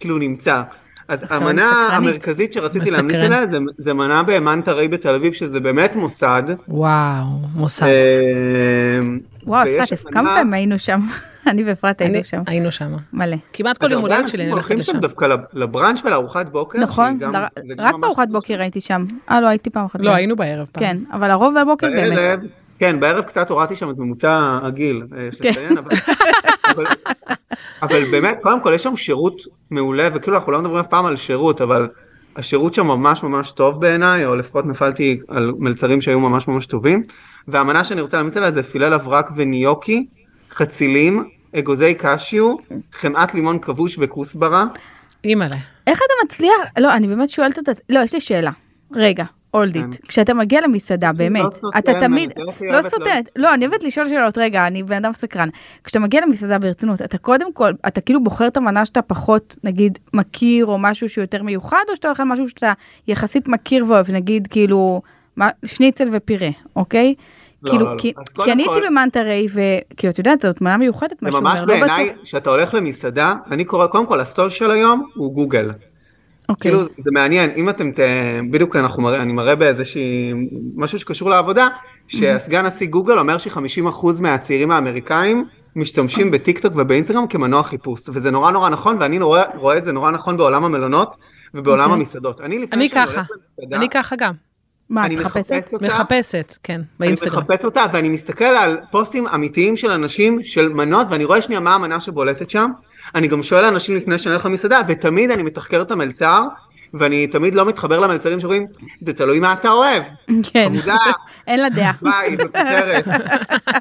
כאילו נמצא. אז
עכשיו אני
המנה
סקרנית.
המרכזית שרציתי להמליץ
מסקרן.
עליה, זה- זה מנה במאנטרי בתל אביב, שזה באמת מוסד.
וואו, מוסד.
אה, אמ,
וואו,
ויש
אפרת, כמה
הבנה-
פעמים היינו שם? אני ואפרת
אני-
היינו שם.
היינו שם.
מלא.
כמעט כל
אז
יום
הרבה
הולדת שלי
אנשים
אני הולכת
הולכים
לשם.
שם דווקא לב- לבראנץ' ולארוחת בוקר.
נכון,
שהיא כן, גם-
ר-
זה גם
רק
ממש-
בארוחת בוקר הייתי שם. אה, לא, הייתי פעם אחת.
לא, היינו בערב פעם.
כן, אבל הרוב והבוקר באמת.
בערב, כן, בערב קצת הורדתי שם את ממוצע הגיל, אה, יש
כן.
לציין, אבל- אבל- אבל באמת, קודם כל יש שם שירות מעולה, וכאילו אנחנו לא מדברים אף פעם על שירות, אבל השירות שם ממש ממש טוב בעיניי, או לפחות נפלתי על מלצרים שהיו ממש ממש טובים, והמנה שאני רוצה להמליץ עליה זה פילל אברק וניוקי, חצילים, אגוזי קשיו, חמאת לימון כבוש וכוסברה.
אימא'לה.
איך אתה מצליח? לא, אני באמת שואלת את... לא, יש לי שאלה. רגע, אולדית.
כן. לא
כשאתה מגיע למסעדה, באמת,
סותמת,
אתה תמיד...
איך היא
לא
אוהבת
סותמת.
לא-
לא, אני אוהבת לשאול שאלות. רגע, אני בן אדם סקרן. כשאתה מגיע למסעדה ברצינות, אתה קודם כל, אתה כאילו בוחר את המנה שאתה פחות, נגיד, מכיר, או משהו שהוא יותר מיוחד, או שאתה אוכל משהו שאתה יחסית מכיר ואוהב, נגיד, כאילו, מה- שניצל ופירה, אוקיי?
לא,
כאילו,
לא, לא.
כי,
אז
כי
קודם
אני
כל-
הייתי במאנטרי, וכי את יודעת, זאת מנה מיוחדת, מה
זה
שהוא
ממש
אומר, לא
בעיניי, כאילו,
בטוח.
כשאתה הולך למסעדה, אני קורא, קודם כל הסול של היום הוא גוגל.
אוקיי,
כאילו
כן.
זה מעניין, אם אתם, ת... בדיוק אנחנו מראה, אני מראה באיזושהי, משהו שקשור לעבודה, שהסגן נשיא גוגל אומר ש-50% מהצעירים האמריקאים משתמשים בטיקטוק ובאינסטגרם כמנוע חיפוש, וזה נורא נורא נכון, ואני רואה, רואה את זה נורא נכון בעולם המלונות ובעולם
אוקיי.
המסעדות. אני לפני
אני
שאני
ככה,
הולך למסעדה,
אני ככה גם,
מה, את
אני
מחפשת?
מחפש אותה,
מחפשת, כן,
אני
באינסטגרם.
מחפש אותה, ואני מסתכל על פוסטים אמיתיים של אנשים, של מנות, ואני רואה שנייה מה המנה שבולטת שם. אני גם שואל אנשים לפני שאני הולך למסעדה, ותמיד אני מתחקר את המלצר, ואני תמיד לא מתחבר למלצרים שאומרים, זה תלוי מה אתה אוהב.
כן,
עמודה,
אין לה דעה.
ביי, מפוטרת.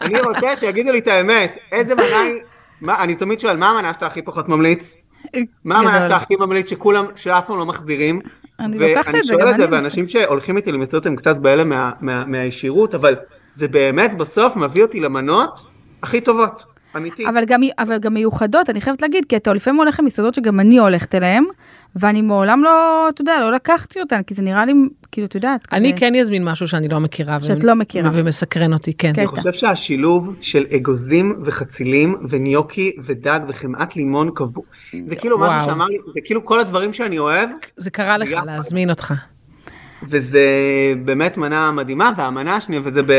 אני רוצה שיגידו לי את האמת, איזה מנה היא... מה, אני תמיד שואל, מה המנה שאתה הכי פחות ממליץ? מה המנה
גדול.
שאתה הכי ממליץ שכולם, שאף פעם לא מחזירים?
אני לוקחת את
ואני
זה, גם
שואל את זה,
אני
ואנשים שהולכים איתי למסעדות הם קצת בהלם מה- מה- מהישירות, אבל זה באמת בסוף מביא אותי למנות הכי טובות, אמיתי.
אבל גם, אבל גם מיוחדות, אני חייבת להגיד, כי אתה לפעמים הולך למסעדות שגם אני הולכת אליהן, ואני מעולם לא, אתה יודע, לא לקחתי אותן, כי זה נראה לי, כאילו, את יודעת,
אני
כזה-
כן אזמין משהו שאני לא מכירה.
שאת
ו-
לא מכירה.
ומסקרן אותי, כן.
כן.
אני חושב שהשילוב של אגוזים וחצילים וניוקי ודג וחמאת לימון קבוע, זה כאילו
וואו.
משהו שאמר לי, זה כאילו כל הדברים שאני אוהב,
זה קרה לך
יחד.
להזמין אותך.
וזה באמת מנה מדהימה, והמנה השנייה, וזה ב...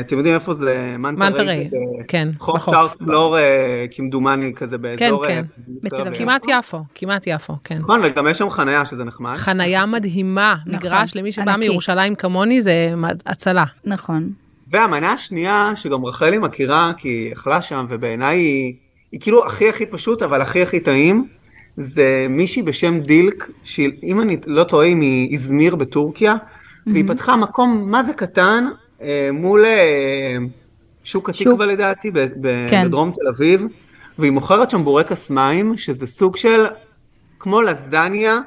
אתם יודעים איפה זה?
מנטרי,
זה ב-
כן,
חוף
בחוף.
צ'ארלס פלור, אה, כמדומני, כזה באזור...
כן.
אה,
בתל אביב.
כמעט יפו, כמעט יפו, כן.
נכון, וגם יש שם חניה שזה נחמד.
חנייה מדהימה,
נכון,
מגרש למי שבא
ענקית.
מירושלים כמוני זה מד- הצלה.
נכון.
והמנה השנייה, שגם רחלי מכירה, כי היא אכלה שם, ובעיניי היא, היא כאילו הכי הכי פשוט, אבל הכי הכי טעים, זה מישהי בשם דילק, שהיא, אם אני לא טועה, היא מאזמיר בטורקיה, והיא פתחה מקום מה זה קטן, אה, מול אה, שוק
שוק.
התקווה לדעתי, ב- ב-
כן.
בדרום תל אביב, והיא מוכרת שם בורקס מים, שזה סוג של, כמו לזניה,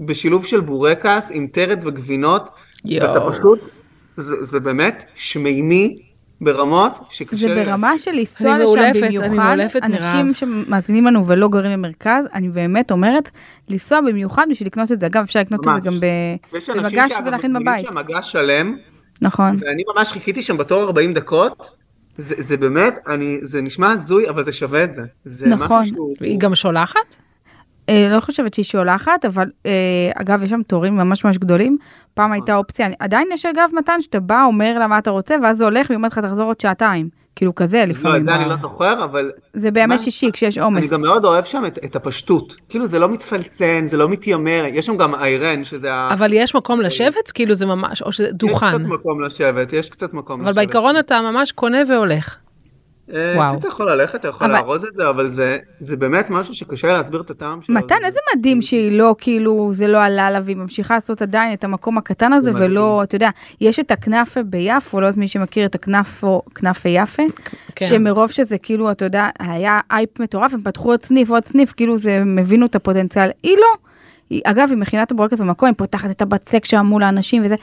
בשילוב של בורקס עם טרד וגבינות, ואתה
יואו.
פשוט, זה, זה באמת שמימי ברמות שקשה
זה
לי
ברמה של לנסוע
אני
לשם
מאולפת, אני
במיוחד,
מאולפת
אנשים
מרעב.
שמאזינים לנו ולא גרים במרכז, אני באמת אומרת, לנסוע במיוחד בשביל לקנות את זה. אגב, אפשר לקנות את
ממש.
זה גם ב...
ויש אנשים
במגש
שאגב,
ולהכין
מזמינים
בבית.
שם מגש שלם,
נכון.
ואני ממש חיכיתי שם בתור 40 דקות. זה, זה באמת, אני, זה נשמע הזוי, אבל זה שווה את זה. זה
נכון.
משהו שהוא...
היא גם שולחת?
אה, לא חושבת שהיא שולחת, אבל אה, אגב, יש שם תורים ממש ממש גדולים.
נכון.
פעם הייתה אופציה, אני- עדיין יש אגב מתן שאתה בא, אומר לה מה אתה רוצה, ואז זה הולך, והיא אומרת לך תחזור עוד שעתיים. כאילו כזה
לא,
לפעמים.
את זה אני לא זוכר, אבל
זה
מה?
בימי שישי כשיש עומס.
אני גם מאוד אוהב שם את, את הפשטות. כאילו, זה לא מתפלצן, זה לא מתיימר, יש שם גם איירן, שזה ה...
אבל יש מקום לשבת? כאילו זה ממש, או שזה
יש
דוכן.
קצת מקום לשבת, יש קצת מקום
אבל
לשבת.
בעיקרון אתה ממש קונה והולך.
כן.
אה,
וואו.
אתה יכול ללכת, אתה יכול
אבל-
לארוז את זה, אבל זה, זה באמת משהו שקשה להסביר את הטעם שלו.
מתן,
זה-
איזה מדהים שהיא לא, כאילו, זה לא עלה לה, והיא ממשיכה לעשות עדיין את המקום הקטן הזה,
מדהים.
ולא, אתה יודע, יש את הכנאפה ביפו, לא יודעת מי שמכיר את הכנאפו, כנאפה יפה,
כן.
שמרוב שזה כאילו, אתה יודע, היה אייפ מטורף, הם פתחו עוד סניף ועוד סניף, כאילו זה, הם הבינו את הפוטנציאל. היא לא. היא, אגב, היא מכינה את הבורקס במקום, היא פותחת את הבצק שם מול האנשים וזה.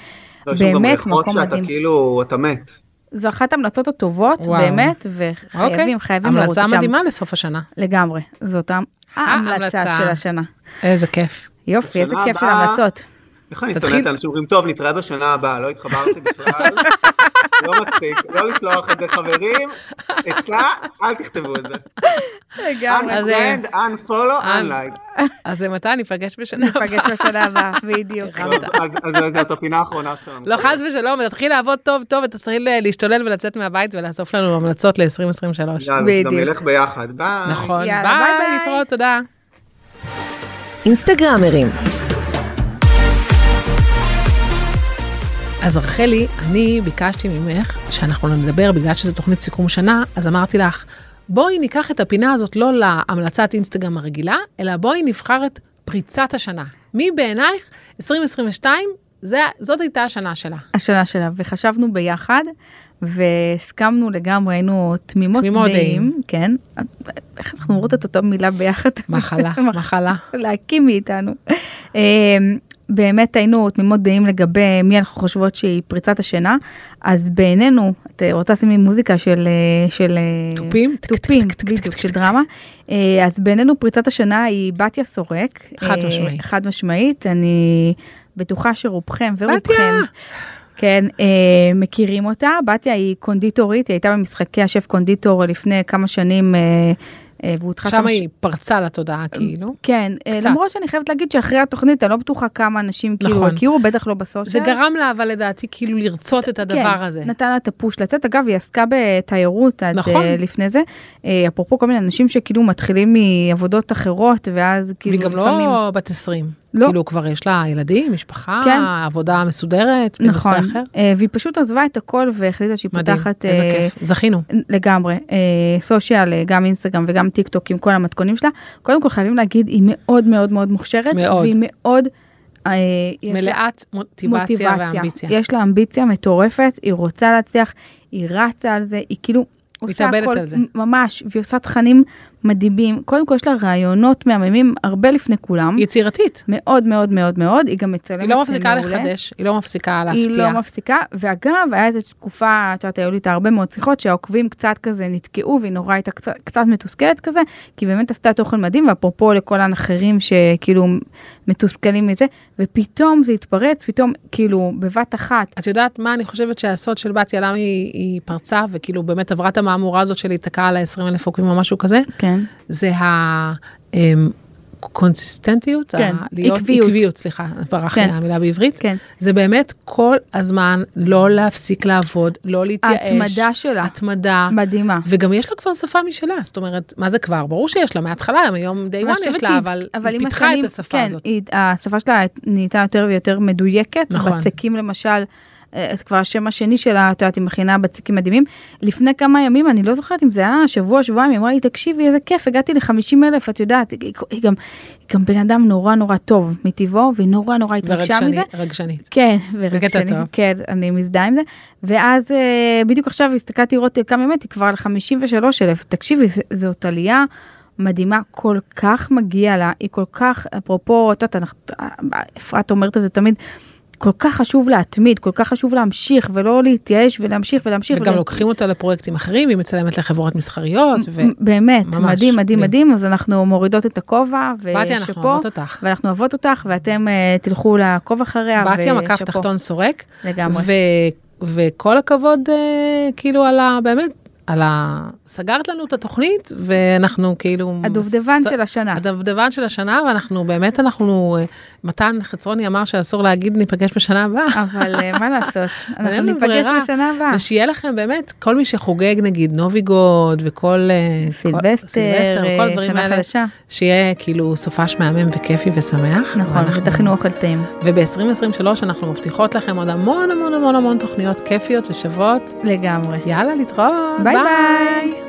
לא, יש שם גם
באמת
ריחות
מקום
שאתה
מדהים.
כאילו, אתה מת.
זו אחת ההמלצות הטובות,
וואו.
באמת, וחייבים, חייבים לרוץ לשם.
אוקיי. המלצה מדהימה לסוף השנה.
לגמרי, זאת ההמלצה
ההמלצה.
של השנה.
איזה כיף.
יופי, איזה
השנה
כיף של
הבאה-
המלצות.
איך אני
תתחיל-
שונא את האנשים אומרים, טוב, נתראה בשנה הבאה, לא התחברתי בכלל. לא מצחיק, לא לשלוח את זה, חברים. עצה, אל תכתבו את זה.
לגמרי.
אז,
unfriend, unfollow, unlike.
אז מתי ניפגש בשנה הבאה?
ניפגש בשנה הבאה, בדיוק.
טוב, לא, אז אז- אז זאת הפינה האחרונה שלנו.
לא, חס ושלום, תתחיל לעבוד טוב טוב ותתחיל אה, להשתולל ולצאת מהבית ולאסוף לנו המלצות ל-2023.
יאללה, אז גם
בדיוק.
נלך ביחד, ביי.
נכון, ביי,
יאללה, ביי,
ביי,
ביי.
להתראות, תודה.
אינסטגרמרים,
אז רחלי, אני ביקשתי ממך שאנחנו לא נדבר, בגלל שזו תוכנית סיכום שנה, אז אמרתי לך, בואי ניקח את הפינה הזאת לא להמלצת אינסטגרם הרגילה, אלא בואי נבחר את פריצת השנה. מי בעינייך 2022, זה, זאת הייתה השנה שלה.
השנה שלה, וחשבנו ביחד, והסכמנו לגמרי, היינו תמימות
תמימות
דעים. כן. איך אנחנו אומרות את אותה מילה ביחד?
מחלה, מחלה.
להקים מאיתנו. אמ, באמת היינו תמימות דעים לגבי מי אנחנו חושבות שהיא פריצת השינה, אז בעינינו, את אה, רוצה לשים לי מוזיקה של... אה, של אה,
תופים?
תופים, בדיוק, של דרמה. אה, אז בעינינו פריצת השנה היא בתיה סורק.
חד
אה,
משמעית.
חד משמעית, אני בטוחה שרובכם
בתיה!
ורובכם, כן, אה, מכירים אותה. בתיה היא קונדיטורית, היא הייתה במשחקי השף קונדיטור לפני כמה שנים. אה, אה, והודחה
שם
ש-
היא פרצה לתודעה כאילו.
כן, אה,
קצת.
למרות שאני חייבת להגיד שאחרי התוכנית אני לא בטוחה כמה אנשים כאילו
נכון.
הכירו, בטח לא בסושיאל.
זה גרם לה אבל לדעתי כאילו לרצות את הדבר
כן,
הזה.
נתן לה את הפוש לצאת. אגב, היא עסקה בתיירות עד
נכון.
נכון. לפני זה. אה, אפרופו כל מיני אנשים שכאילו מתחילים מעבודות אחרות, ואז כאילו
והיא גם
לפעמים...
לא בת 20.
לא.
כאילו כבר יש לה ילדים, משפחה,
כן.
עבודה מסודרת,
נכון,
בנושא אחר.
אה, והיא פשוט עזבה את הכל והחליטה שהיא
מדהים,
פותחת
איזה
אה,
כיף, זכינו.
לגמרי אה, סושיאל אה, גם אינסטגרם וגם טיק טוק עם כל המתכונים שלה קודם כל חייבים להגיד היא מאוד מאוד מאוד מוכשרת
מאוד.
והיא מאוד אה, יש לה
מלאת מוטיבציה ואמביציה.
יש לה אמביציה מטורפת היא רוצה להצליח היא רצה על זה היא כאילו. עושה
מתאבדת
הכל,
על זה.
ממש והיא עושה תכנים מדהימים קודם כל יש לה רעיונות מהממים הרבה לפני כולם
היא יצירתית.
מאוד מאוד מאוד מאוד היא גם מצלמת
היא לא מפסיקה
מעולה.
לחדש, היא לא מפסיקה
היא
להפתיע.
לא מפסיקה, ואגב, היה איזו תקופה, את יודעת, היו לי איתה הרבה מאוד שיחות, שהעוקבים קצת כזה נתקעו, והיא נורא הייתה קצת, קצת מתוסכלת כזה, כי באמת עשתה תוכן מדהים, ואפרופו לכל האחרים שכאילו מתוסכלים מזה, ופתאום זה התפרץ, פתאום כאילו בבת אחת.
את יודעת מה אני חושבת שהסוד של בתיה, למה היא, היא פרצה וכאילו באמת עברה את המהמורה הזאת של להיתקע על ה-20 אלף עוקבים או משהו כזה,
כן.
זה הקונסיסטנטיות,
כן,
ה- להיות-
עקביות.
עקביות, סליחה, ברח לי
כן.
המילה בעברית,
כן.
זה באמת כל הזמן לא להפסיק לעבוד, לא להתייאש,
ההתמדה שלה
התמדה,
מדהימה.
וגם יש לה כבר שפה משלה, זאת אומרת, מה זה כבר? ברור שיש לה, מההתחלה, היום די
אבל
וואן
אני
יש
חושבת
לה,
שהיא-
אבל היא
עם
פיתחה
השנים-
את השפה
כן,
הזאת.
היא- השפה שלה נהייתה יותר ויותר מדויקת.
נכון.
נכון. בצקים למשל, אה, זה כבר השם השני שלה, את יודעת, היא מכינה בצקים מדהימים. לפני כמה ימים, אני לא זוכרת אם זה היה שבוע, שבועיים, היא אמרה לי, תקשיבי, איזה כיף, הגעתי ל-50 אלף, את יודעת, היא- היא גם, היא גם בן אדם נורא נורא טוב מטבעו, והיא נורא נורא התרגשה
ורגשנית,
מזה.
רגשנית.
כן, ורק
בקטע
שני,
טוב.
כן, אני מזדהה עם זה. ואז אה, בדיוק עכשיו הסתכלתי לראות כמה ימים, היא כבר על 53 אלף. תקשיבי, ז- זאת עלייה מדהימה, כל כך מגיע לה, היא כל כך, אפרופו, את יודעת, אנחנו- אה, אפרת אומרת את זה תמיד, כל כך חשוב להתמיד, כל כך חשוב להמשיך, ולא להתייאש ולהמשיך ולהמשיך.
וגם
ול-
לוקחים אותה לפרויקטים אחרים, היא מצלמת לחברות מסחריות, ו...
מ- באמת,
ממש,
מדהים, מדהים,
מדהים.
מדהים, אז אנחנו מורידות את הכובע,
בתיה, אנחנו
ושאפו,
אוהבות אותך.
ואנחנו אוהבות אותך, ואתם אה, תלכו לעקוב אחריה,
בתיה מקף
ושאפו.
תחתון סורק,
לגמרי.
ו- וכל הכבוד אה, כאילו על ה... באמת, על ה... סגרת לנו את התוכנית, ואנחנו כאילו...
הדובדבן
ס-
של השנה.
הדבדבן של השנה, ואנחנו באמת, אנחנו... אה, מתן חצרוני אמר שאסור להגיד ניפגש בשנה הבאה.
אבל אה, מה לעשות, אנחנו
אין לנו
ניפגש
ברירה.
בשנה הבאה.
ושיהיה לכם באמת, כל מי שחוגג נגיד נוביגוד וכל... אה, כל-
סילבסטר,
וכל
אה,
הדברים
שנה
האלה,
חדשה.
שיהיה כאילו סופש מהמם וכיפי ושמח.
נכון,
ואנחנו-
ותכינו אוכל טעים.
וב-2023 אנחנו מבטיחות לכם עוד המון המון המון המון תוכניות כיפיות ושוות.
לגמרי.
יאללה, להתראות.
ביי ביי.